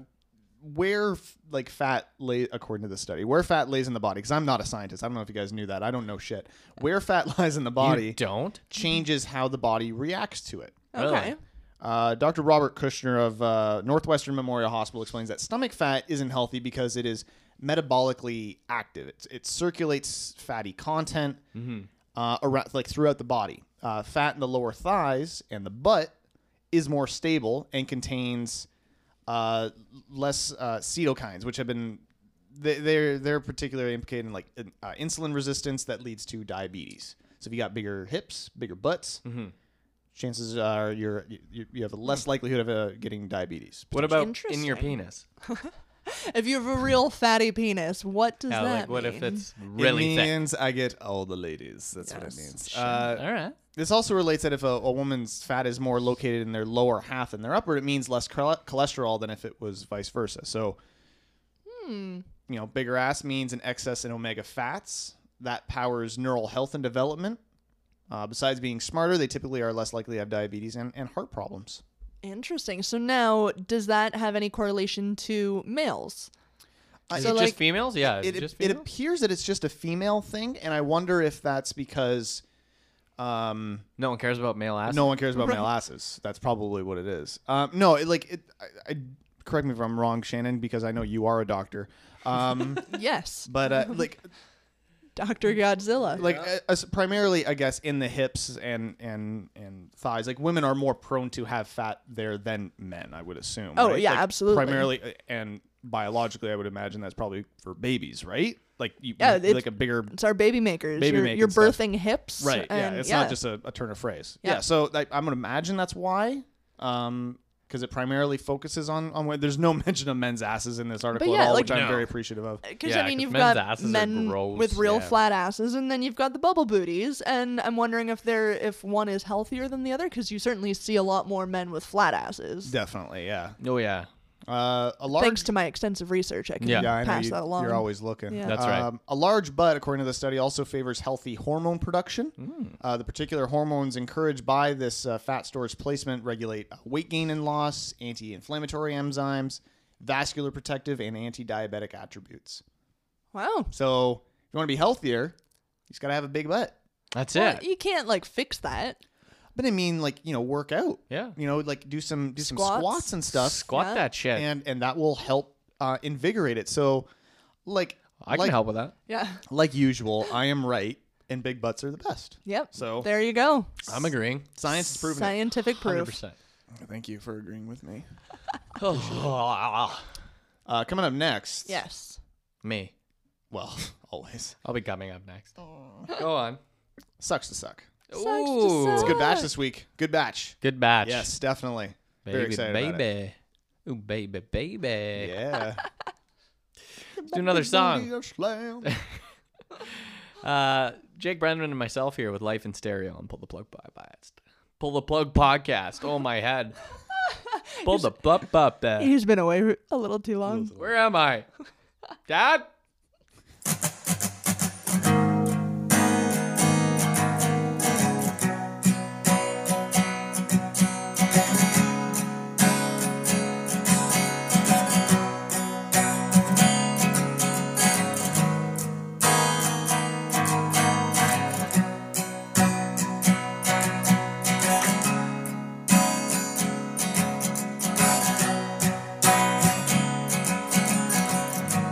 B: where f- like fat lay according to the study, where fat lays in the body. Because I'm not a scientist. I don't know if you guys knew that. I don't know shit. Where fat lies in the
D: You
B: body
D: don't.
B: changes how the body reacts to it.
D: Really?
A: Okay.
B: Uh, Dr. Robert Kushner of uh, Northwestern Memorial Hospital explains that stomach fat isn't healthy because it is metabolically active. It's, it circulates fatty content
D: Mm-hmm.
B: uh, around, like throughout the body. Uh, fat in the lower thighs and the butt is more stable and contains uh, less uh, cytokines, which have been they, they're they're particularly implicated in like in, uh, insulin resistance that leads to diabetes. So if you got bigger hips, bigger butts,
D: Mm-hmm.
B: chances are you're you, you have a less likelihood of uh, getting diabetes.
D: What about in
A: Interesting.
D: your penis?
A: If you have a real fatty penis, what does
D: Yeah,
A: that
D: like what if
A: mean?
D: it's really
B: it
D: thin?
B: means I get all the ladies. That's what it means. Uh,
D: All right.
B: This also relates that if a, a woman's fat is more located in their lower half than their upper, it means less chole- cholesterol than if it was vice versa. So, you know, bigger ass means an excess in omega fats. That powers neural health and development. Uh, besides being smarter, they typically are less likely to have diabetes and, and heart problems.
A: Interesting. So now, does that have any correlation to males?
D: Is
A: Uh, So,
D: it
A: like,
D: just females? Yeah. Is it,
B: Uh, it,
D: just
B: it
D: females?
B: appears that it's just a female thing, and I wonder if that's because um,
D: no one cares about male ass.
B: No one cares about male asses. That's probably what it is. Um, no, it, like, it, I, I, correct me if I'm wrong, Shannon, because I know you are a doctor. Um,
A: Yes,
B: but uh, like,
A: Doctor
D: Hmm.
A: Godzilla.
B: like uh, as- primarily, I guess, in the hips and and and thighs. Like women are more prone to have fat there than men. I would assume.
A: Oh,
B: right?
A: yeah,
B: Like,
A: absolutely.
B: Primarily uh, and biologically, I would imagine that's probably for babies, right? Like you,
A: Yeah,
B: you-
A: it's-
B: like a bigger
A: it's our baby makers.
B: Baby
A: you're,
B: making
A: you're
B: stuff.
A: birthing hips.
B: Right. Yeah.
A: and-
B: It's
A: yeah.
B: not just a, a turn of phrase.
A: Yeah.
B: Yeah. so like, I'm going to imagine that's why. Um, because it primarily focuses on on women. there's no mention of men's asses in this article
A: yeah,
B: at all,
A: like-
B: which I'm
D: No.
B: very appreciative of.
A: Because
D: Yeah,
A: I mean,
D: 'cause
A: you've
D: men's
A: got
D: asses are
A: men
D: gross,
A: with real
D: yeah.
A: flat asses, and then you've got the bubble booties, and I'm wondering if they're if one is healthier than the other, because you certainly see a lot more men with flat asses.
B: Definitely, yeah.
D: Oh yeah.
B: Uh, a large
A: Thanks to my extensive research, I can
D: Yeah.
B: yeah, I know
A: pass
B: you,
A: that along.
B: You're always looking. Um,
A: Yeah.
D: That's right.
B: a large butt, according to the study, also favors healthy hormone production.
D: Mm.
B: Uh, the particular hormones encouraged by this uh, fat storage placement regulate uh, weight gain and loss, anti-inflammatory enzymes, vascular protective, and anti-diabetic attributes.
A: wow.
B: So if you want to be healthier, you just got to have a big butt.
D: That's
A: Well,
D: it.
A: you can't like fix that.
B: But I mean, like you know, work out.
D: Yeah.
B: You know, like do some do some
A: Squats.
B: squats and stuff,
D: Squat
A: Yeah.
D: that shit.
B: and and that will help uh, invigorate it. So, like,
D: I can
B: like,
D: help with that.
A: Yeah.
B: Like usual, I am right, and big butts are the best.
A: Yep.
B: So
A: There you go.
D: I'm agreeing.
B: science is proven. it.
A: Scientific proof.
D: 100%.
B: Thank you for agreeing with me.
D: Oh,
B: Uh, coming up next.
A: Yes.
D: me.
B: Well, always
D: I'll be coming up next. Go on.
B: sucks to suck.
D: Ooh.
A: It's
B: It's a good batch this week. Good batch.
D: Good batch.
B: Yes, definitely.
D: Baby,
B: Very excited
D: baby.
B: about it.
D: Ooh, baby, baby.
B: Yeah.
D: Let's do another song.
B: Slam.
D: Uh, Jake Brennan and myself here with Life in Stereo on Pull the Plug Podcast. Pull the Plug Podcast. Oh, my head. Pull the bup bup there.
A: He's been away a little too long.
D: Where am I? Dad?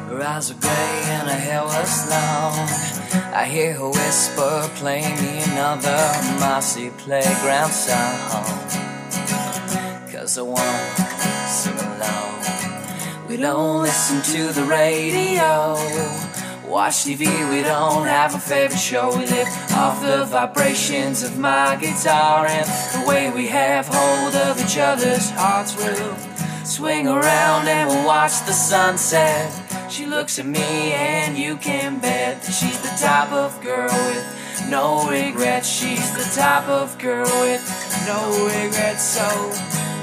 J: Her eyes are gray and her hair was long. I hear her whisper, play me another mossy playground song. Cause I won't sing along. We don't listen to the radio. Watch TV, we don't have a favorite show. We live off the vibrations of my guitar and the way we have hold of each other's hearts. We'll swing around and we'll watch the sunset. She looks at me, and you can bet that she's the type of girl with no regrets. She's the type of girl with no regrets. So.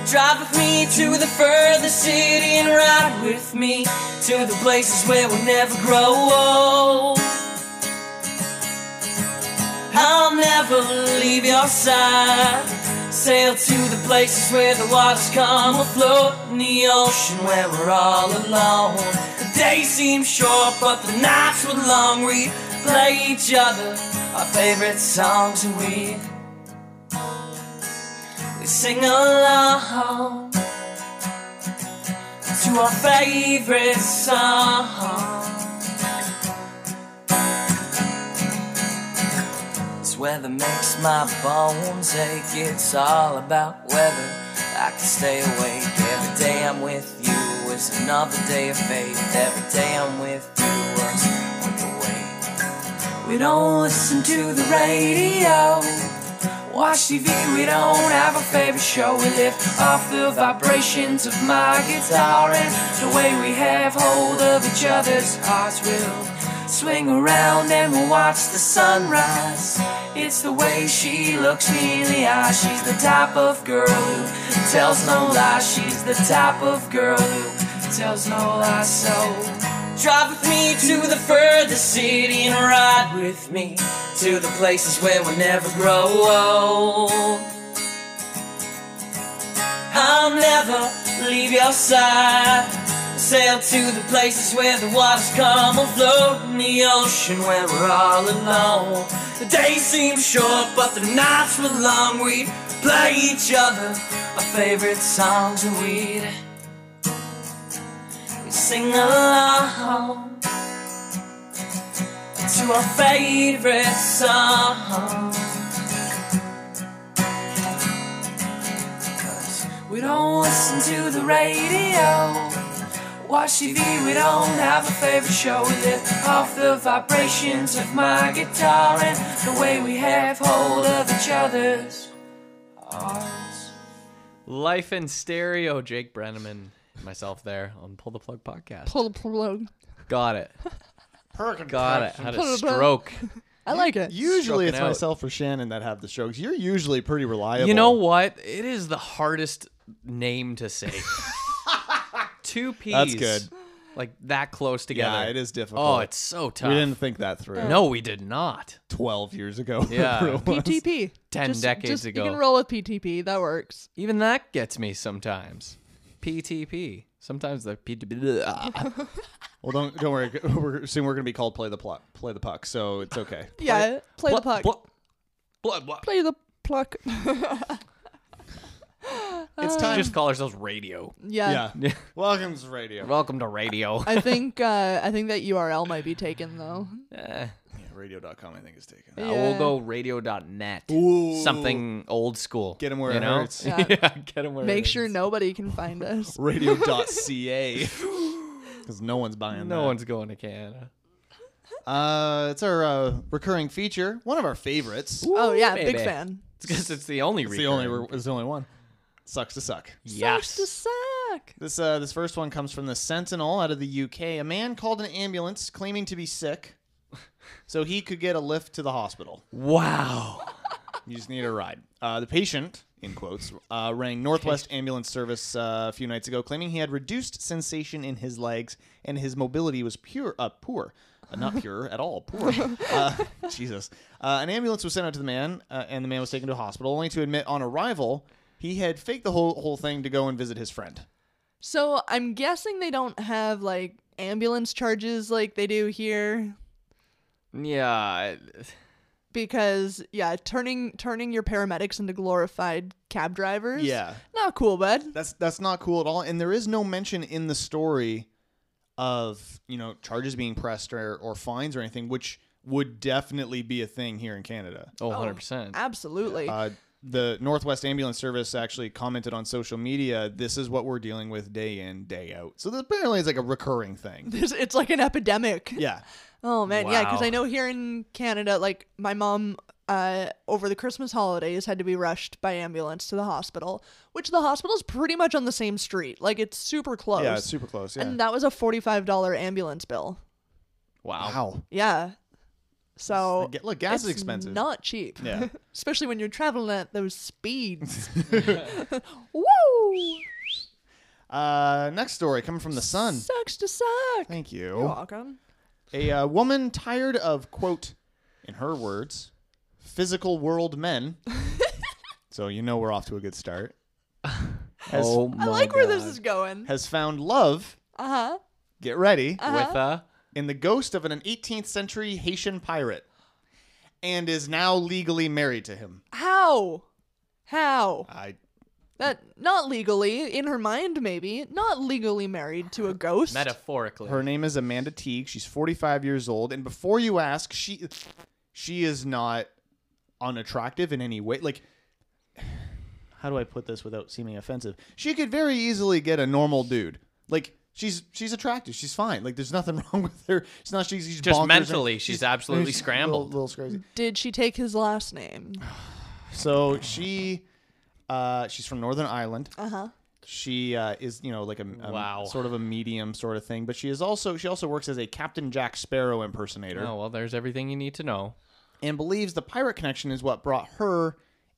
J: Drive with me to the furthest city and ride with me to the places where we never grow old. I'll never leave your side. Sail to the places where the waters come afloat in the ocean where we're all alone. The day seems short, but the nights were long. We play each other our favorite songs and we we sing along to our favorite song. This weather makes my bones ache. It's all about whether I can stay awake. Every day I'm with you is another day of faith. Every day I'm with you is worth the wait. We don't listen to the radio. Watch TV, we don't have a favorite show. We live off the vibrations of my guitar and the way we have hold of each other's hearts. We'll swing around and we'll watch the sunrise. It's the way she looks me in the eye. She's the type of girl who tells no lies. She's the type of girl who tells no lies. So. Drive with me to the furthest city and ride with me to the places where we'll never grow old. I'll never leave your side. Sail to the places where the waters come afloat in the ocean where we're all alone. The days seem short, but the nights were long. We'd play each other our favorite songs and we'd sing along to our favorite song. 'Cause we don't listen to the radio. Watch TV, we don't have a favorite show. We live off the vibrations of my guitar and the way we have hold of each other's arms.
D: Life in Stereo, Jake Brenneman, and myself there on Pull the Plug Podcast.
A: Pull the plug.
D: Got it. Got it. Had
A: Pull
D: a
A: the plug.
D: stroke.
A: I like it.
B: Usually it's
D: out.
B: myself or Shannon that have the strokes. You're usually pretty reliable.
D: You know what? It is the hardest name to say. Two P's.
B: That's good.
D: Like that close together.
B: Yeah, it is difficult.
D: Oh, it's so tough.
B: We didn't think that through.
D: no, we did not.
B: 12 years ago.
D: Yeah.
B: It was.
A: PTP.
D: 10 decades
A: just,
D: ago.
A: You can roll with PTP. That works.
D: Even that gets me sometimes. PTP. Sometimes the PTP. Ah.
B: Well, don't don't worry. We're, soon we're going to be called play the plot, play the puck. So it's okay.
A: yeah. Play the
D: Pl-
A: puck.
D: pl- Blood, blood.
A: Play the pluck.
K: It's
D: We should
K: time.
D: just call ourselves radio.
A: yeah.
D: Uh,
B: yeah. Welcome to radio.
D: Welcome to radio.
A: I think uh, I think that URL might be taken though.
D: Eh,
B: yeah, radio.com, I think, is taken.
A: Yeah.
D: I will go radio.net.
B: Ooh.
D: Something old school.
B: Get 'em where
D: you
B: it
D: know?
B: hurts.
A: Yeah.
D: get 'em where it
A: Make sure
D: hurts.
A: nobody can find us.
B: Radio.ca. Because no one's buying
D: no
B: that.
D: one's going to Canada.
B: Uh, it's our uh, recurring feature, one of our favorites.
A: Oh yeah,
D: baby.
A: big fan.
D: It's 'cause it's the only
B: It's
D: reason.
B: the only it's the only one. Sucks to suck.
A: Sucks to
D: Yes.
A: suck.
B: This uh, this first one comes from the Sentinel out of the UK. A man called an ambulance claiming to be sick, so he could get a lift to the hospital.
D: Wow.
B: You just need a ride. Uh, the patient, in quotes, uh, rang Northwest Ambulance Service uh, a few nights ago, claiming he had reduced sensation in his legs and his mobility was pure, uh, poor. Uh, not pure at all, poor. Uh, Jesus. Uh, an ambulance was sent out to the man, uh, and the man was taken to a hospital, only to admit on arrival he had faked the whole, whole thing to go and visit his friend.
A: So I'm guessing they don't have like ambulance charges like they do here
D: Yeah.
A: because yeah, turning turning your paramedics into glorified cab drivers.
B: Yeah.
A: Not cool, bud.
B: That's that's not cool at all. And there is no mention in the story of you know charges being pressed or, or fines or anything, which would definitely be a thing here in Canada.
D: Oh, 100%.
A: Absolutely.
B: Uh, the Northwest Ambulance Service actually commented on social media, "This is what we're dealing with day in, day out." So this apparently is like a recurring thing.
A: It's- it's like an epidemic.
B: Yeah,
A: Oh man, yeah, 'cause yeah, because
D: Wow.
A: I know here in Canada, like my mom uh, over the Christmas holidays had to be rushed by ambulance to the hospital, which the hospital's pretty much on the same street. Like it's super close.
B: yeah, it's super close. Yeah,
A: And that was a forty-five dollar ambulance bill.
D: Wow.
B: wow.
A: Yeah. So
B: Ga- Look, gas is
A: it's
B: expensive.
A: Not cheap.
B: Yeah.
A: Especially when you're traveling at those speeds. Woo!
B: Uh, next story coming from the Sun.
A: Sucks to suck.
B: Thank you.
A: You're welcome.
B: A uh, woman tired of, quote, in her words, physical world men. so you know we're off to a good start. Has,
D: Oh, my
A: I like where this
D: God.
A: is going.
B: has found love,
A: Uh huh.
B: get ready,
A: uh-huh.
D: With uh, a.
B: in the ghost of an 18th century Haitian pirate and is now legally married to him.
A: How? How?
B: I
A: That not legally, in her mind maybe, not legally married to a ghost.
D: Metaphorically.
B: her name is Amanda Teague. She's 45 years old and before you ask, she she is not unattractive in any way. Like how do I put this without seeming offensive? She could very easily get a normal dude. Like she's she's attractive. She's fine. Like there's nothing wrong with her. She's not she's, she's
D: Just
B: bonkers.
D: mentally, she's absolutely scrambled.
B: A little, little crazy.
A: Did she take his last name?
B: So she uh she's from Northern Ireland.
A: Uh huh.
B: She uh, is, you know, like a, a-
D: Wow.
B: sort of a medium sort of thing, but she is also she also works as a Captain Jack Sparrow impersonator.
D: Oh, well, there's everything you need to know.
B: and believes the pirate connection is what brought her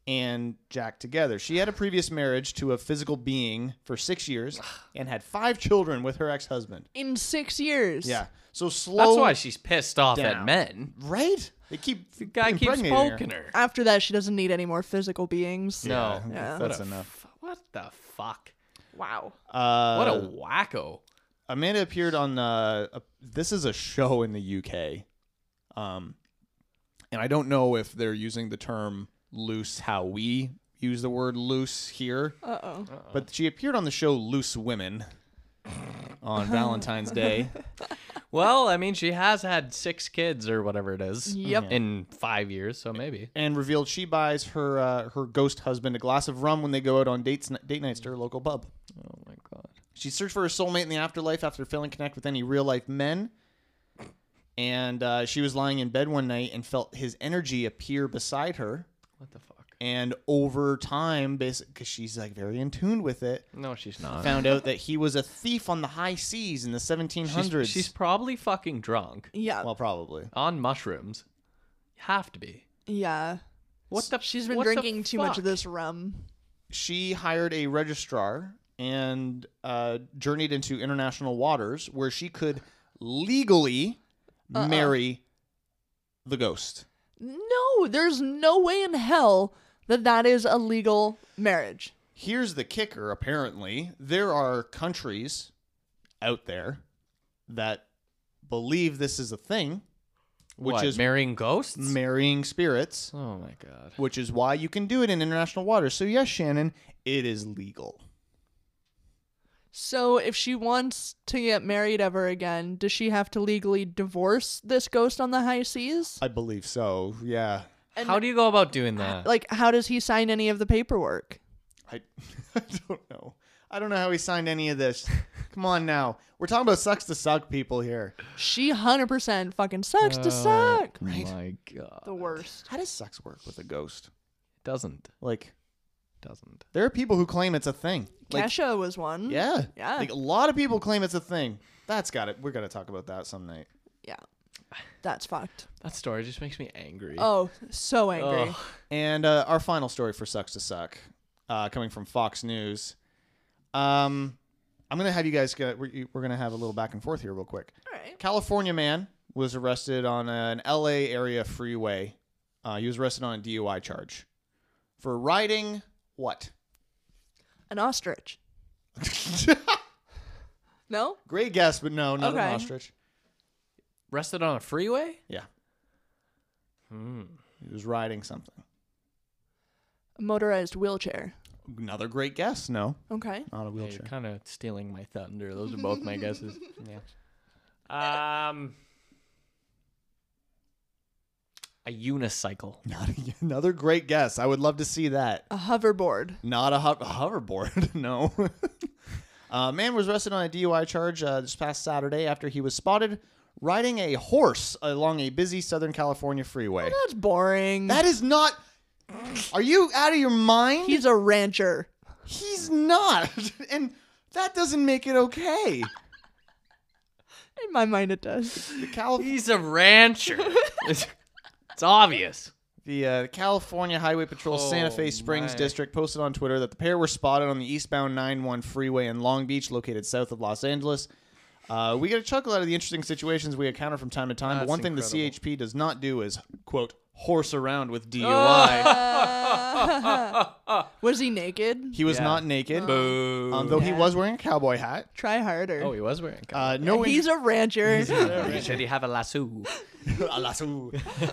B: and Jack together. She had a previous marriage to a physical being for six years and had five children with her ex husband.
A: In six years.
B: Yeah. So slow.
D: That's why she's pissed off
B: down.
D: at men.
B: Right? They keep.
D: The guy keeps
B: impregnating her.
D: poking her.
A: After that, she doesn't need any more physical beings.
D: No.
A: Yeah.
B: That's
D: What a
B: enough.
D: f- What the fuck?
A: Wow.
B: Uh,
D: What a wacko.
B: Amanda appeared on uh, a, this is a show in the UK, um, and I don't know if they're using the term loose how we use the word loose here.
A: Uh oh.
B: But she appeared on the show Loose Women on Valentine's Day.
D: Well, I mean, she has had six kids or whatever it is.
A: Yep.
D: In five years, so maybe.
B: and revealed she buys her uh, her ghost husband a glass of rum when they go out on dates date nights to her local pub.
D: Oh my god.
B: She searched for her soulmate in the afterlife after failing to connect with any real life men. And uh, she was lying in bed one night and felt his energy appear beside her.
D: What the fuck?
B: And over time, because she's like very in tune with it,
D: No, she's not.
B: found out that he was a thief on the high seas in the 1700s.
D: She's, she's probably fucking drunk
A: Yeah.
B: well, probably.
D: on mushrooms. Have to be.
A: yeah.
D: What the?
A: She's been
D: what the
A: drinking too much of
D: fuck?
A: this rum.
B: she hired a registrar and uh, journeyed into international waters where she could legally marry the ghost.
A: No, there's no way in hell that that is a legal marriage.
B: Here's the kicker apparently, there are countries out there that believe this is a thing which
D: What,
B: is
D: marrying ghosts?
B: marrying spirits,
D: oh my god.
B: which is why you can do it in international waters. So yes, Shannon, it is legal.
A: So if she wants to get married ever again, does she have to legally divorce this ghost on the high seas?
B: I believe so. Yeah.
A: And-
D: How do you go about doing that?
A: Like, how does he sign any of the paperwork?
B: I, I don't know. I don't know how he signed any of this. Come on now. We're talking about sucks to suck people here.
A: She 100% fucking sucks
B: Uh,
A: to suck.
D: Oh my god.
A: The worst.
B: How does sucks work with a ghost?
D: Doesn't.
B: Like,
D: Doesn't.
B: there are people who claim it's a thing. Like,
A: Kesha was one.
B: yeah.
A: Mm-hmm. Yeah.
B: Like, a lot of people claim it's a thing. That's got it. We're going to talk about that some night.
A: Yeah. That's fucked.
D: That story just makes me angry.
A: Oh, so angry.
D: Ugh.
B: And uh, our final story for Sucks to Suck, uh, coming from Fox News. Um, I'm going to have you guys get, we're, we're going to have a little back and forth here, real quick.
A: All right.
B: California man was arrested on an LA area freeway. Uh, he was arrested on a DUI charge for riding what?
A: An ostrich. No?
B: Great guess, but no, not
A: Okay.
B: an ostrich.
D: Rested on a freeway?
B: Yeah,
D: Hmm.
B: he was riding something.
A: A motorized wheelchair.
B: Another great guess. No,
A: Okay.
B: not a
D: Yeah,
B: wheelchair.
D: you're kind of stealing my thunder. Those are both my guesses. yeah. Um. A unicycle.
B: Not a- another great guess. I would love to see that.
A: A hoverboard.
B: Not a, ho- a hoverboard. no. uh, man was arrested on a DUI charge uh, this past Saturday after he was spotted riding a horse along a busy Southern California freeway.
A: That's boring.
B: That is not. Are you out of your mind?
A: He's a rancher.
B: He's not, and that doesn't make it okay.
A: In my mind, it does.
B: The, Cal-
D: He's a rancher. it's, it's obvious.
B: the uh, California Highway Patrol Santa
D: Oh,
B: Fe Springs
D: my.
B: District posted on Twitter that the pair were spotted on the eastbound 91 freeway in Long Beach, located south of Los Angeles. Uh, we get a chuckle out of the interesting situations we encounter from time to time, but
D: That's
B: one thing
D: incredible.
B: the CHP does not do is quote horse around with DUI.
D: Ah!
A: Was he naked?
B: He was
D: Yeah.
B: not naked,
D: Boo.
B: um, though he
A: Yeah.
B: was wearing a cowboy hat.
A: Try harder.
D: oh, he was wearing. a
B: Uh, no, in-
A: He's a rancher.
D: Should he have a lasso?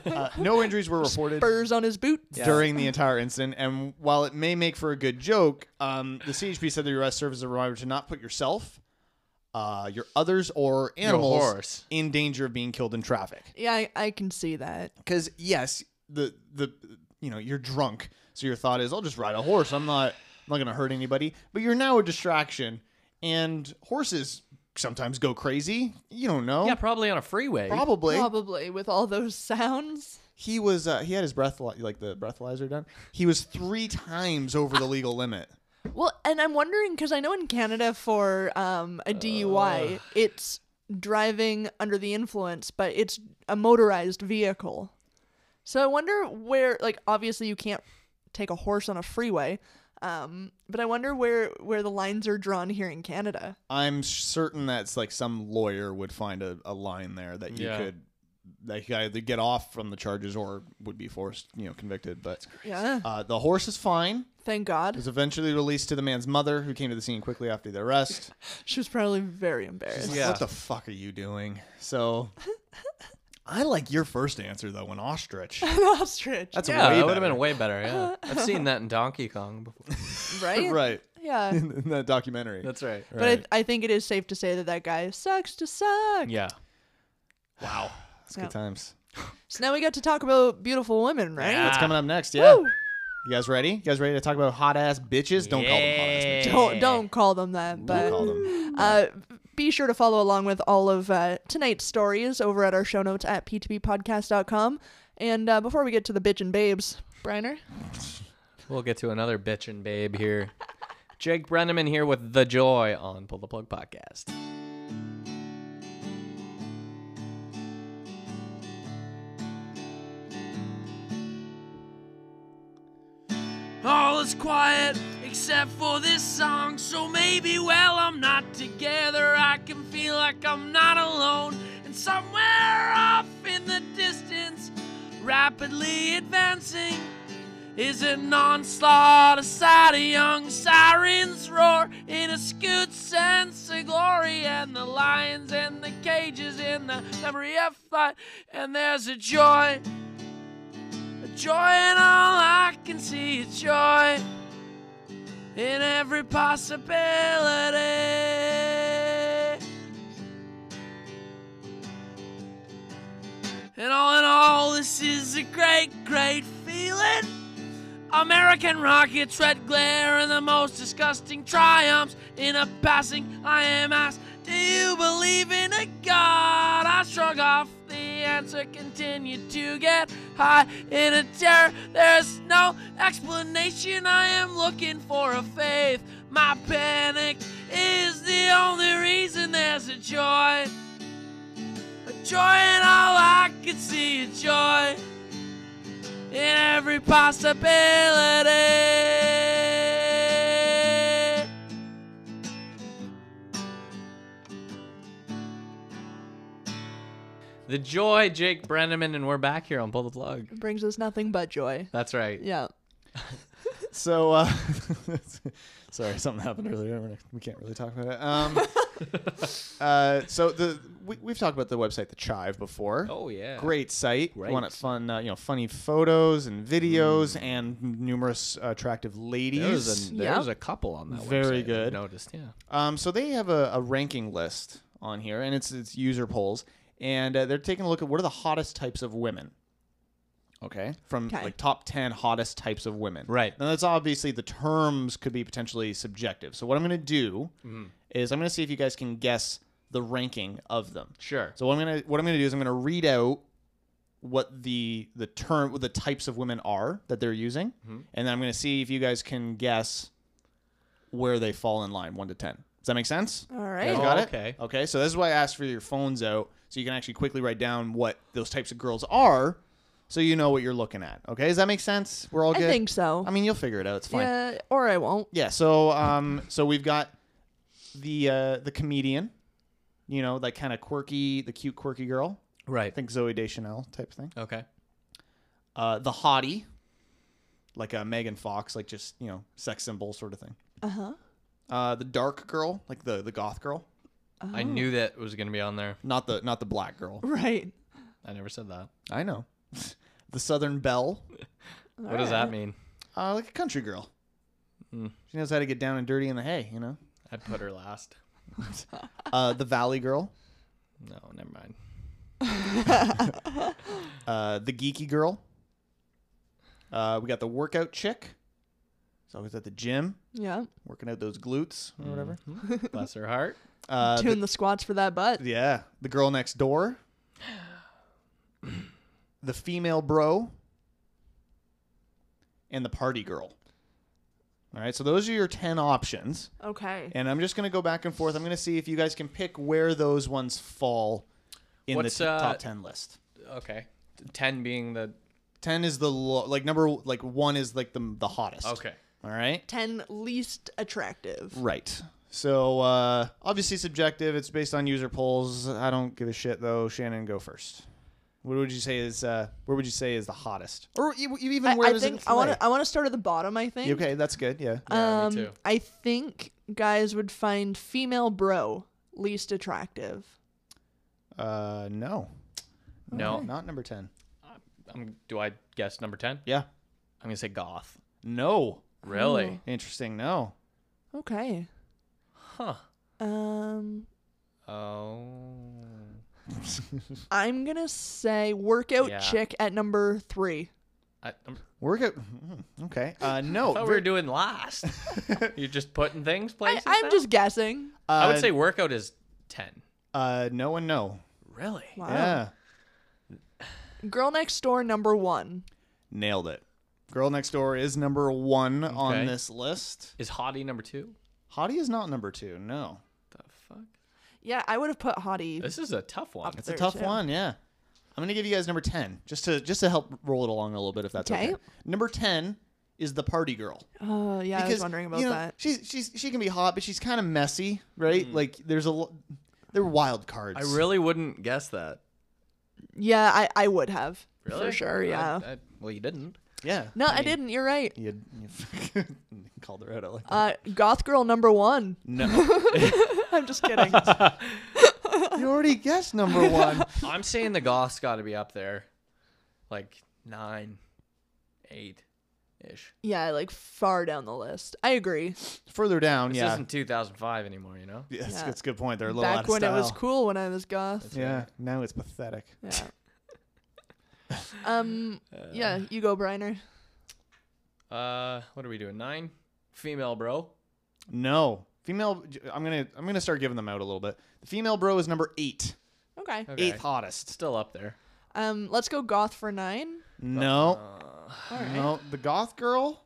B: uh, no injuries were reported
A: Spurs on his boots.
B: during the entire incident, and while it may make for a good joke, um, the CHP said the arrest serves as a reminder to not put yourself, uh, your others, or animals
D: horse.
B: in danger of being killed in traffic.
A: Yeah, I, I can see that.
B: Because yes, the the you know you're drunk, so your thought is, I'll just ride a horse. I'm not I'm not gonna hurt anybody. But you're now a distraction, and horses sometimes go crazy. You don't know.
D: Yeah, probably on a freeway.
B: Probably.
A: Probably with all those sounds.
B: he was uh, he had his breath like the breathalyzer done. He was three times over the legal limit.
A: Well, and I'm wondering because I know in Canada for um, a DUI, it's driving under the influence, but it's a motorized vehicle. So I wonder where, like, obviously you can't take a horse on a freeway, um, but I wonder where where the lines are drawn here in Canada.
B: I'm certain that's like some lawyer would find a, a line there that you
D: Yeah.
B: could that you could either get off from the charges or would be forced, you know, convicted. But
A: Yeah,
B: uh, the horse is fine.
A: thank
B: It
A: God.
B: was eventually released to the man's mother, who came to the scene quickly after the arrest.
A: She was probably very
B: She's
A: embarrassed.
B: like,
D: Yeah.
B: What the fuck are you doing? So, I like your first answer though, an ostrich.
A: An ostrich.
B: That's
D: Yeah,
B: way
D: that would have
B: better.
D: been way better. Yeah, I've seen that in Donkey Kong before.
A: right.
B: right
A: Yeah.
B: in, in that documentary.
D: That's right.
A: But I, I think it is safe to say that that guy sucks to suck.
D: Yeah.
B: That's
A: Yeah.
B: good times.
A: So now we got to talk about beautiful women, right?
D: Ah.
B: That's coming up next. Yeah.
A: Woo!
B: You guys ready? You guys ready to talk about hot ass bitches? Don't call them hot ass bitches.
A: Don't don't call them that,
B: Don't
A: but
B: Eh. call them.
A: uh, be sure to follow along with all of uh, tonight's stories over at our show notes at p2bpodcast.com. And uh, before we get to the bitch and babes, Briner,
D: We'll get to another bitchin' babe here. Jake Brenneman here with The Joy on Pull the Plug Podcast.
F: All is quiet except for this song. So maybe while I'm not together, I can feel like I'm not alone. And somewhere off in the distance, rapidly advancing, is an onslaught aside a young siren's roar in a skewed sense of glory and the lions and the cages in the memory of fight and there's a joy a joy and all I can see is joy in every possibility And all in all, this is a great, great feeling. American rockets, red glare, and the most disgusting triumphs in a passing I am asked, Do you believe in a God? I shrug off the answer, continue to get high in a terror. There's no explanation. I am looking for a faith. My panic is the only reason there's a joy. A joy in all I could see, a joy in every possibility.
D: The Joy, Jake Brenneman, and we're back here on Pull the Plug.
A: It brings us nothing but joy.
D: That's right.
A: Yeah.
B: So, uh, sorry, something happened earlier. We're not- We can't really talk about it. Um, uh, so the we, we've talked about the website the Chive before.
D: Oh, yeah.
B: great site.
D: Great. Mm.
B: One of fun, uh, you know, funny photos and videos and numerous uh, attractive ladies.
D: There's a,
A: Yeah.
D: there's a couple on that
B: Very
D: website I've
B: good.
D: noticed, yeah.
B: Um, so they have a, a ranking list on here, and it's it's user polls, and uh, they're taking a look at what are the hottest types of women. Okay, from
A: 'Kay.
B: like top ten hottest types of women.
D: Right.
B: Now that's obviously the terms could be potentially subjective. So what I'm going to do is I'm going to see if you guys can guess the ranking of them.
D: Sure.
B: So what I'm gonna what I'm gonna do is I'm gonna read out what the the term what the types of women are that they're using, and then I'm gonna see if you guys can guess where they fall in line one to ten. Does that make sense?
A: All
B: You
A: right.
B: guys got it?
D: Okay.
B: Okay. So this is why I asked for your phones out, so you can actually quickly write down what those types of girls are, so you know what you're looking at. Okay. Does that make sense? We're all
A: I
B: good.
A: think so.
B: I mean, you'll figure it out. It's fine.
A: yeah, or I won't.
B: Yeah. So um, so we've got the uh, the comedian, you know, that kind of quirky, the cute quirky girl.
D: Right.
B: I think Zoe Deschanel type thing.
D: Okay.
B: Uh, the hottie, like a Megan Fox, like just you know, sex symbol sort of thing. Uh huh. Uh, the dark girl, like the the goth girl,
D: I knew that was going to be on there.
B: not the not the black girl.
A: Right.
D: I never said that.
B: I know. the Southern Belle,
D: what does that mean?
B: uh, like a country girl. She knows how to get down and dirty in the hay, you know.
D: I'd put her last.
B: Uh, the Valley girl,
D: No, never mind.
B: uh, the geeky girl. Uh, we got the workout chick. She's always at the gym,
A: Yeah.
B: working out those glutes or whatever.
D: Bless her heart.
B: Uh, the-
A: Tune the squats for that butt.
B: Yeah. The girl next door. the female bro. And the party girl. All right. So those are your 10 options.
A: Okay.
B: And I'm just going to go back and forth. I'm going to see if you guys can pick where those ones fall in
D: What's,
B: the t-
D: uh,
B: top 10 list.
D: Okay. Ten being the
B: 10 is the lo- like number like 1 is like the the hottest.
D: okay.
B: All right.
A: Ten least attractive.
B: Right. So uh obviously subjective. It's based on user polls. I don't give a shit though. Shannon, go first. What would you say is uh where would you say is the hottest? Or e- e- even
A: I,
B: where
A: I
B: does
A: think
B: it
A: I want
B: want
A: to. I want to start at the bottom. I think.
B: Okay, that's good. Yeah.
D: Yeah,
A: um,
D: me too.
A: I think guys would find female bro least attractive.
B: Uh no.
D: No.
B: Not number 10.
D: I'm, do I guess number ten?
B: Yeah.
D: I'm gonna say goth.
B: No.
D: Really?
B: Interesting. No.
A: Okay.
D: Huh.
A: Um,
D: Oh.
A: I'm gonna say workout
D: Yeah.
A: chick at number three.
D: I, I'm,
B: Work out. mm, Okay. Uh no.
D: I thought we were doing last. You're just putting things
A: I,
D: places.
A: I'm
D: now?
A: just guessing.
B: uh,
D: I would say workout is ten.
B: uh no and no.
D: Really?
A: Wow.
B: Yeah.
A: Girl next door number one.
B: Nailed it. Girl next door is number 1
D: Okay.
B: on this list.
D: Is hottie number two?
B: Hottie is not number 2. No.
D: The fuck?
A: Yeah, I would have put hottie.
D: This is a tough one.
B: It's a
A: there,
B: tough
A: too.
B: one, yeah. I'm gonna give you guys number ten, just to just to help roll it along a little bit, if that's okay.
A: Okay.
B: Number ten is the party girl.
A: Oh yeah, I was
B: Because,
A: wondering about
B: you know,
A: that.
B: She's she's she can be hot, but she's kind of messy, right? Like there's a lo- they're wild cards.
D: Mm. I really wouldn't guess that.
A: Yeah, I, I would have.
D: Really?
A: For sure,
D: I-
A: yeah.
D: I- well, you didn't.
B: Yeah.
A: No, I didn't. You're right.
B: You, you called her out. I like that.
A: Uh, Goth Girl number one.
B: no.
A: I'm just kidding.
B: you already guessed number one.
D: I'm saying the goth's got to be up there, like nine, eight, ish.
A: yeah, like far down the list. I agree.
B: Further down,
D: This
B: yeah.
D: isn't 2005 anymore, you know.
B: Yeah, that's,
A: Yeah.
B: that's a good point. They're a little out
A: Back
B: of
A: when
B: style.
A: it was cool when I was goth.
B: Yeah, now it's pathetic.
A: Yeah. um.
B: Uh,
A: yeah, you go, Briner.
D: Uh, what are we doing? Nine, female bro.
B: No, female. I'm gonna I'm gonna start giving them out a little bit. The female bro is number eight,
A: Okay.
D: Okay.
B: eighth hottest.
D: Still up there.
A: Um. Let's go goth for nine.
B: No,
A: All right.
B: no, the goth girl,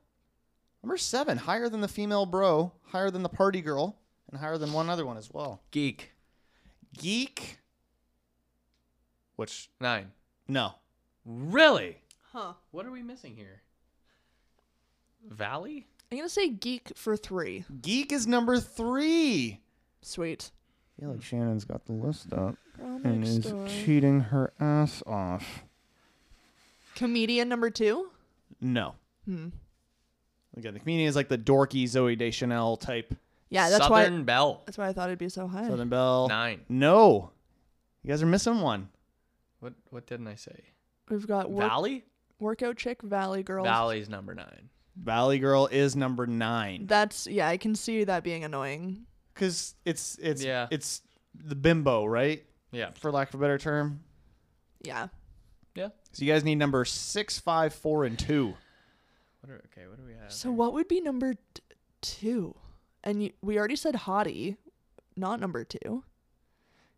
B: number seven, higher than the female bro, higher than the party girl, and higher than one other one as well.
D: Geek
B: Geek, which
D: nine.
B: no,
D: Really?
A: Huh.
D: What are we missing here? Valley?
A: I'm gonna say geek for three.
B: geek is number three.
A: Sweet.
B: I feel like Shannon's got the list up
A: Girl next door.
B: cheating her ass off.
A: Comedian number two.
B: No. Hmm. Again, the comedian is like the dorky Zoe Deschanel type.
A: Yeah, that's
D: Southern
A: why.
D: Belle.
A: That's why I thought it'd be so high.
B: Southern Belle.
D: Nine.
B: No. You guys are missing one.
D: What what didn't I say?
A: We've got work,
D: Valley?
A: workout chick, Valley Girl.
D: Valley's number nine.
B: Valley Girl is number nine.
A: That's yeah. I can see that being annoying.
B: Because it's it's
D: Yeah.
B: it's the bimbo, right?
D: Yeah.
B: For lack of a better term.
A: Yeah.
D: Yeah.
B: So you guys need number six, five, four, and two.
D: What are, okay, what do we have?
A: So what would be number t- two? And you, we already said hottie, not number two.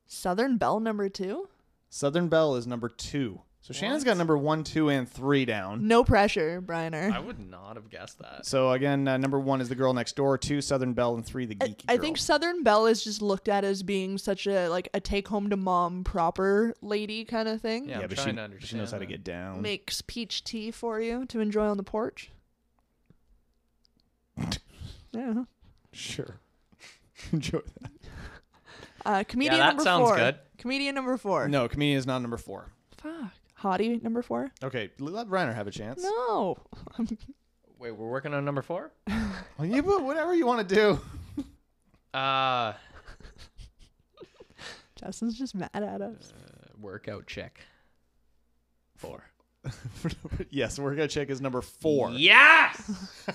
A: Southern Belle number two.
B: Southern Belle is number two. So Shannon's got number one, two, and three down.
A: No pressure, Briner.
D: I would not have guessed that.
B: So again, uh, number one is the girl next door, two Southern Belle, and three the
A: I-
B: geeky
A: I
B: girl.
A: think Southern Belle is just looked at as being such a like a take home to mom proper lady kind of thing.
D: Yeah, I'm
B: but she,
D: trying to
B: but she knows
D: understand
B: how to
D: that.
B: get down.
A: Makes peach tea for you to enjoy on the porch. yeah.
B: Sure. Enjoy that.
A: Uh, comedian
D: that
A: number
D: sounds
A: four.
D: good.
A: Comedian number four.
B: No, comedian is not number four.
A: Fuck. Hottie number four.
B: Okay, let Reiner have a chance.
A: No.
D: Wait, we're working on number four?
B: Well, you put whatever you want to do.
D: Uh
A: Justin's just mad at us.
D: workout check. Four.
B: yes, we're gonna check his number four.
D: Yes!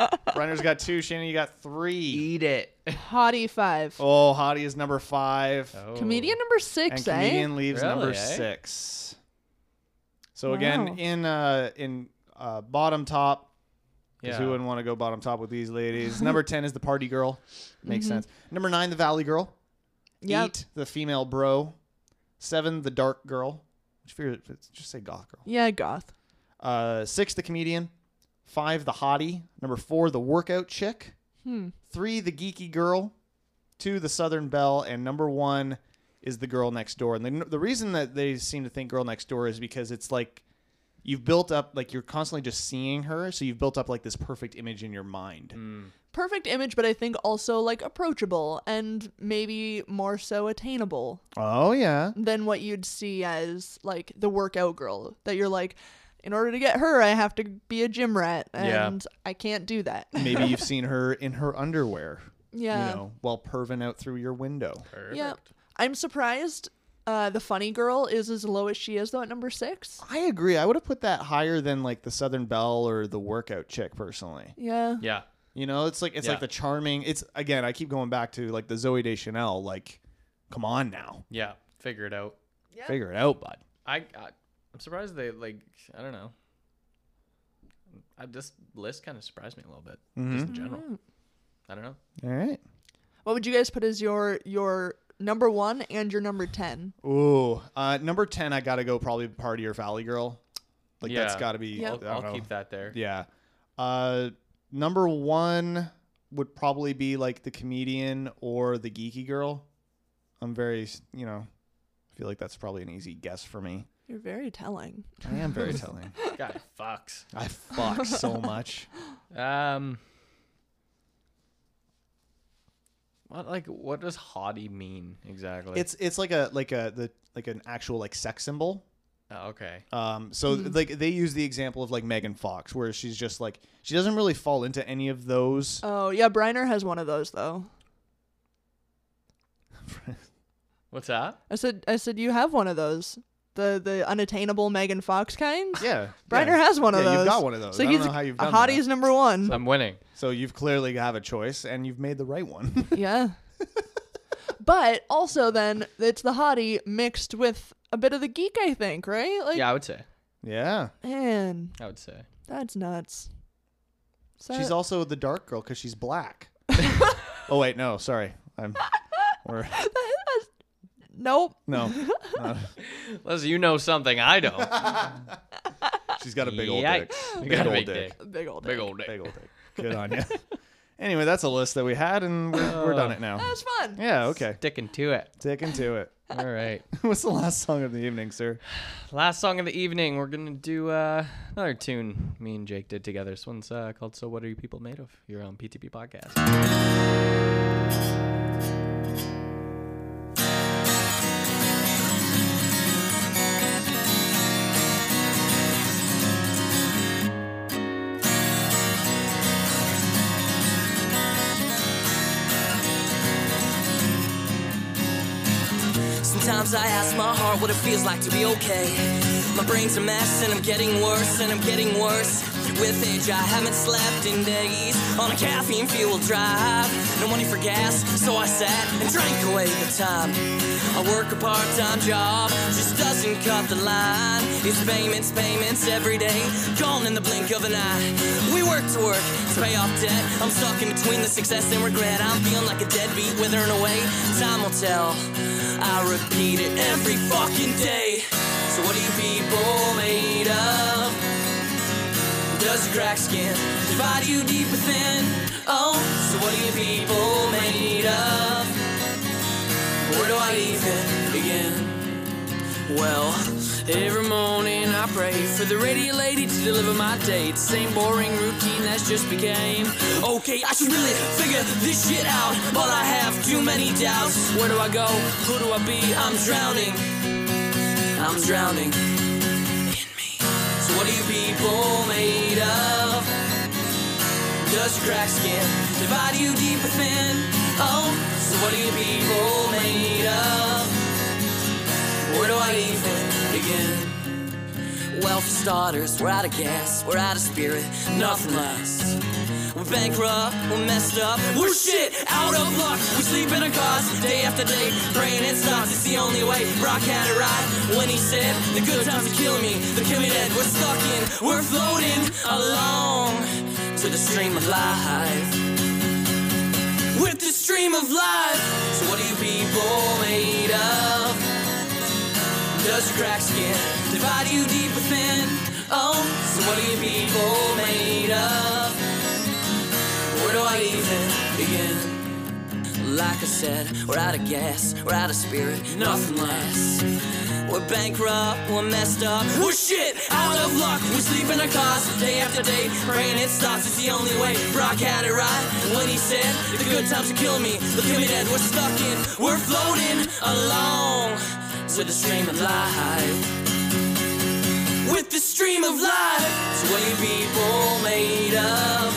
B: Reiner's got two. Shannon, you got three.
D: Eat it.
A: Hottie five.
B: Oh, Hottie is number five,
A: Comedian number six,
B: and
A: eh?
B: comedian leaves
D: Oh. Really,
B: number
D: eh?
B: six. So
A: Wow.
B: again, in uh, in uh, bottom top, Because
D: Oh, Yeah.
B: who wouldn't want to go bottom top with these ladies? Number 10 is the party girl. Makes sense. Number nine, the valley girl.
A: Mm-hmm. Yep.
B: Eight, the female bro. Seven, the dark girl. Which figure, just say goth girl.
A: Yeah, goth.
B: Uh, six, the comedian. Five, the hottie. Number four, the workout chick. Three, the geeky girl. Two, the southern belle. And number one is the girl next door. And the, the reason that they seem to think girl next door is because it's like you've built up, like you're constantly just seeing her. So you've built up like this perfect image in your mind.
A: Perfect image, but I think also like approachable and maybe more so attainable
B: Oh, yeah.
A: than what you'd see as like the workout girl that you're like, in order to get her, I have to be a gym rat,
D: Yeah.
A: and I can't do that.
B: Maybe you've seen her in her underwear,
A: yeah.
B: you know, while perving out through your window.
A: yeah. I'm surprised uh, the funny girl is as low as she is, though, at number six.
B: I agree. I would have put that higher than like the Southern Belle or the workout chick personally.
A: Yeah.
D: Yeah.
B: You know, it's like it's
D: Yeah.
B: like the charming. It's again, I keep going back to like the Zoe Deschanel. Like, come on now,
D: Yeah. Figure it out.
B: figure it out, bud.
D: I, I I'm surprised they like I don't know. I, this list kind of surprised me a little bit,
B: Mm-hmm.
D: just in general.
A: Mm-hmm.
D: I don't know.
B: All right.
A: What would you guys put as your your number one and your number ten?
B: Ooh, uh, number ten. I gotta go. Probably Party or Valley Girl. Like that's
D: Yeah.
B: gotta be.
A: Yep.
B: I don't
D: I'll,
B: know.
D: I'll keep that there.
B: Yeah. Uh, number one would probably be like the comedian or the geeky girl. I'm very, you know, I feel like that's probably an easy guess for me.
A: You're very telling.
B: I am very telling.
D: Guy fucks.
B: I fuck so much.
D: Um. What like what does hottie mean exactly?
B: It's it's like a like a the like an actual like sex symbol.
D: Oh, okay.
B: Um, so
A: Mm-hmm.
B: like they use the example of like Megan Fox, where she's just like she doesn't really fall into any of those.
A: Oh yeah, Briner has one of those though.
D: What's that?
A: I said, I said you have one of those. The the unattainable Megan Fox kind.
B: yeah,
A: Briner
B: yeah.
A: has one of
B: Yeah,
A: those.
B: You've got one of those.
A: So
B: I
A: he's
B: don't know how you've
A: a
B: done that.
A: hottie's number one.
D: I'm winning.
B: So you've clearly have a choice, and you've made the right one.
A: yeah. but also then it's the hottie mixed with a bit of the geek, I think, right? Like
D: Yeah, I would say.
B: yeah,
A: man,
D: I would say.
A: that's nuts. So
B: she's also the dark girl because she's black. oh wait, no, sorry, I'm. We're,
A: nope.
B: no,
D: Unless you know something I don't.
B: she's got a big old dick.
D: Yikes. You got a
B: old
D: big
B: dick.
D: dick.
A: Big old
D: Big
A: dick.
D: old dick.
B: Big old dick. Good on you. anyway, that's a list that we had, and we're, we're
D: Uh.
B: done it now.
A: That's fun.
B: Yeah. Okay.
D: Sticking to it.
B: Sticking to it.
D: All right.
B: What's the last song of the evening, sir?
D: Last song of the evening. We're gonna do uh, another tune me and Jake did together. This one's uh, called "So What Are You People Made Of?" You're on PTP Podcast.
L: Sometimes I ask my heart what it feels like to be okay. My brain's a mess and I'm getting worse and I'm getting worse. With age, I haven't slept in days on a caffeine fueled drive. No money for gas, so I sat and drank away the time. I work a part time job, just doesn't cut the line. It's payments, payments every day, gone in the blink of an eye. We work to work to pay off debt. I'm stuck in between the success and regret. I'm feeling like a deadbeat, withering away. Time will tell. I repeat it every fucking day. So what are you people made of? Does your crack skin divide you deep within? Oh, so what are you people made of? Where do I even begin? Well, every morning I pray for the radio lady to deliver my date. Same boring routine that's just became. Okay, I should really figure this shit out, but I have too many doubts. Where do I go? Who do I be? I'm drowning. I'm drowning in me. So what are you people made of? Does your crack skin divide you deep within? Oh, so what are you people made of? Where do I even begin? Well, for starters, we're out of gas, we're out of spirit, nothing lasts. We're bankrupt, we're messed up, we're shit, out of luck. We sleep in our cars day after day, praying it stops. It's the only way. Brock had it right when he said, The good times are killing me, they're killing me dead. We're stuck in, we're floating along to the stream of life with the stream of life. So what are you people made of? Does your crack skin divide you deep within? Oh, so what are you people made of? Where do I even begin? Like I said, we're out of gas, we're out of spirit, nothing lasts. We're bankrupt, we're messed up, we're shit, out of luck. We sleep in our cars day after day, praying it stops. It's the only way. Brock had it right when he said, The good times are killing me, they're killing me dead. We're stuck in, we're floating along to the stream of life. With the stream of life, so what are you people made of?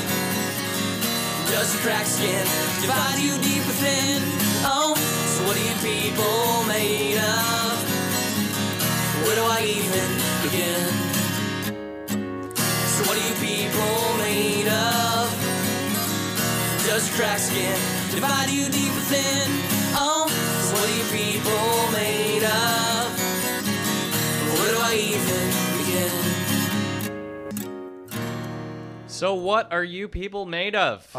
L: Does your crack skin divide you deep within? Oh, so what are you people made of? Where do I even begin? So what are you people made of? Does your crack skin divide you deep within? Oh, so what are you people made of? Where do I even begin?
D: So what are you people made of?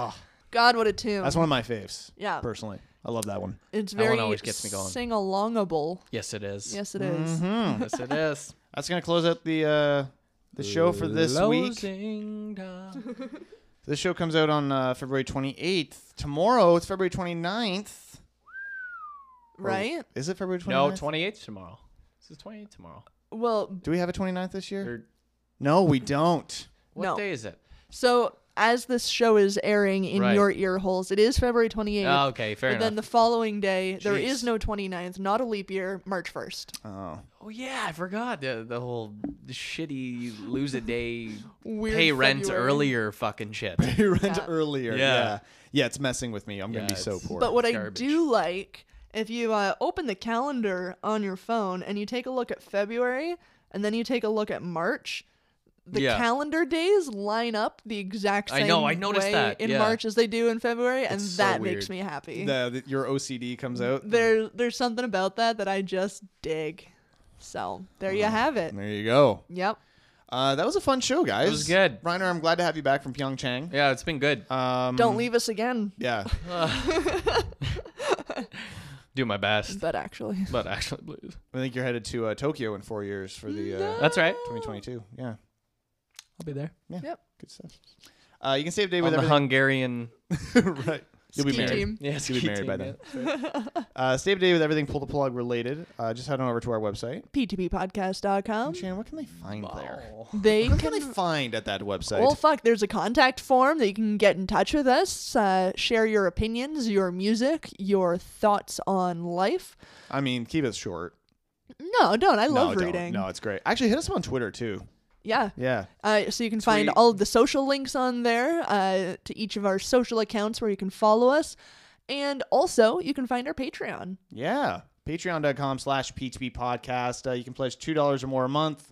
A: God, what a tune.
B: That's one of my faves.
A: Yeah.
B: Personally, I love that one.
A: it's
D: that one
A: very
D: always gets me going.
A: sing-alongable.
D: yes, it is.
A: Yes, it is.
D: yes, it is.
B: Mm-hmm. That's gonna close out the uh, the show for this week.
D: Closing time.
B: This show comes out on uh, February 28th. Tomorrow it's February 29th. Or
A: Right?
B: Is it February 29th?
D: no, 28th tomorrow. This is 28th tomorrow.
A: Well,
B: Do we have a 29th this year?
D: Or
B: No, we don't.
D: what
A: No.
D: day is it?
A: so as this show is airing in
D: Right.
A: your ear holes. It is February 28th.
D: Oh, okay, fair
A: but
D: enough.
A: then the following day, there is
D: Jeez.
A: no 29th, not a leap year, March 1st.
B: Oh,
D: oh yeah, I forgot the, the whole shitty lose a day,
A: Weird
D: pay rent
A: February.
D: earlier fucking shit.
B: he rent
A: Yeah.
B: earlier.
D: Yeah.
B: Yeah. yeah, it's messing with me. I'm gonna
D: Yeah,
B: be so
D: it's-
B: poor.
A: But what
D: garbage.
A: I do like, if you uh, open the calendar on your phone and you take a look at February and then you take a look at March, the
D: Yeah.
A: calendar days line up the exact same
D: I know, I noticed
A: way
D: that,
A: in
D: yeah.
A: March as they do in February, and
D: It's so
A: that makes
D: weird.
A: me happy.
B: the, the- your OCD comes out.
A: there, there's something about that that I just dig. So there you have it.
B: There you go.
A: Yep.
B: Uh, that was a fun show, guys.
D: was good.
B: Reiner, I'm glad to have you back from Pyeongchang.
D: Yeah, it's been good.
B: Um,
A: Don't leave us again.
B: Yeah.
D: Do my best,
A: But actually,
D: but actually, please.
B: I think you're headed to uh, Tokyo in four years for the uh,
D: That's right.
B: 2022. Yeah.
D: I'll be there.
B: Good stuff. Uh, you can stay up to date
D: On
B: with
D: the
B: everything.
D: Hungarian.
B: right. You'll be
A: Ski
B: married.
A: team.
D: Yeah,
B: You'll be
D: ski
B: married by
D: team, yeah.
B: then. uh, stay up to date with everything pull the plug related. Uh, just head on over to our website.
A: ptppodcast.com.
B: Shannon, what can they find there?
A: They
B: What can they
A: can
B: find at that website?
A: Well, fuck, there's a contact form that you can get in touch with us, uh, share your opinions, your music, your thoughts on life.
B: I mean, keep it short.
A: No, don't. I
B: No,
A: love
B: don't.
A: reading.
B: No, it's great. Actually, hit us up on Twitter too.
A: Yeah.
B: Yeah.
A: Uh, so you can find all of the social links on there uh, to each of our social accounts where you can follow us. And also, you can find our Patreon.
B: Yeah. Patreon.com slash PTB podcast. Uh, you can pledge $2 or more a month.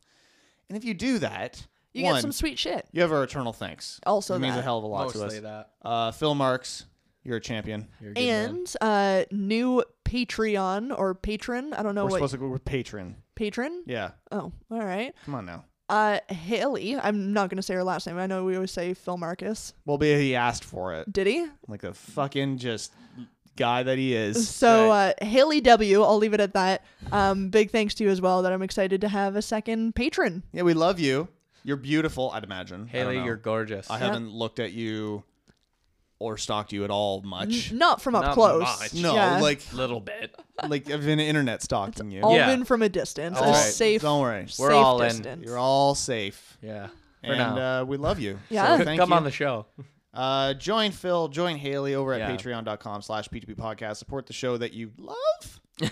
B: And if you do that,
A: You
B: one,
A: get some sweet shit.
B: you have our eternal thanks.
A: Also
B: it means
A: that.
B: a hell of a lot to
D: Mostly
B: us.
D: that.
B: Uh, Phil Marks, you're a champion.
D: You're a good man.
A: And uh, new Patreon or patron. I don't know
B: We're
A: what.
B: supposed to go with patron.
A: patron?
B: Yeah.
A: Oh, all right.
B: Come on now.
A: Uh, Haley. I'm not going to say her last name. I know we always say Phil Marcus.
B: Well, be he asked for it.
A: Did he?
B: Like the fucking just guy that he is.
A: So uh, Haley W, I'll leave it at that. Um, big thanks to you as well. That I'm excited to have a second patron.
B: yeah, we love you. You're beautiful, I'd imagine. I don't
D: Haley,
B: know.
D: you're gorgeous.
B: I haven't looked at you or stalked you at all much.
A: Not from up
D: Not
A: close.
D: much.
B: No,
A: Mm-hmm. yeah.
B: like
D: little bit.
B: like I've been internet stalking you.
A: all
D: Yeah.
A: been from a distance.
D: All
A: a
D: right.
A: safe,
B: Don't worry.
D: We're
A: safe
D: all in.
A: distance.
B: You're all safe.
D: Yeah. For
B: and
D: now.
B: uh, we love you.
A: Yeah.
B: So thank
D: Come
B: you.
D: on the show.
B: uh, join Phil, join Haley over at
D: Yeah.
B: patreon.com slash p podcast. Support the show that you love.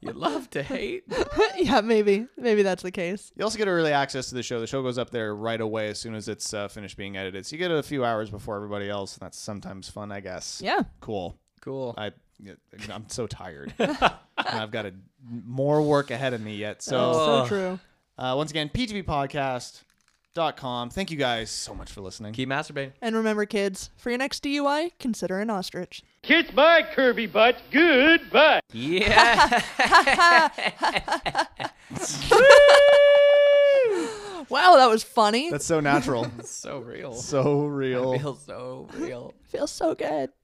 D: You love to hate.
A: yeah, maybe, maybe that's the case.
B: You also get early access to the show. The show goes up there right away as soon as it's uh, finished being edited. So you get it a few hours before everybody else, and that's sometimes fun, I guess.
A: Yeah.
B: Cool.
D: Cool.
B: I yeah, I'm so tired. and I've got a, more work ahead of me yet. So
A: So
D: Oh.
A: true.
B: uh, once again, p2ppodcast.com. Thank you guys so much for listening.
D: Keep masturbating.
A: And remember, kids, for your next DUI, consider an ostrich.
E: Kiss my curvy butt. Goodbye.
D: Yeah.
A: Wow, that was funny.
B: That's so natural.
D: so real.
B: so real.
D: Feels so real.
A: Feels so good.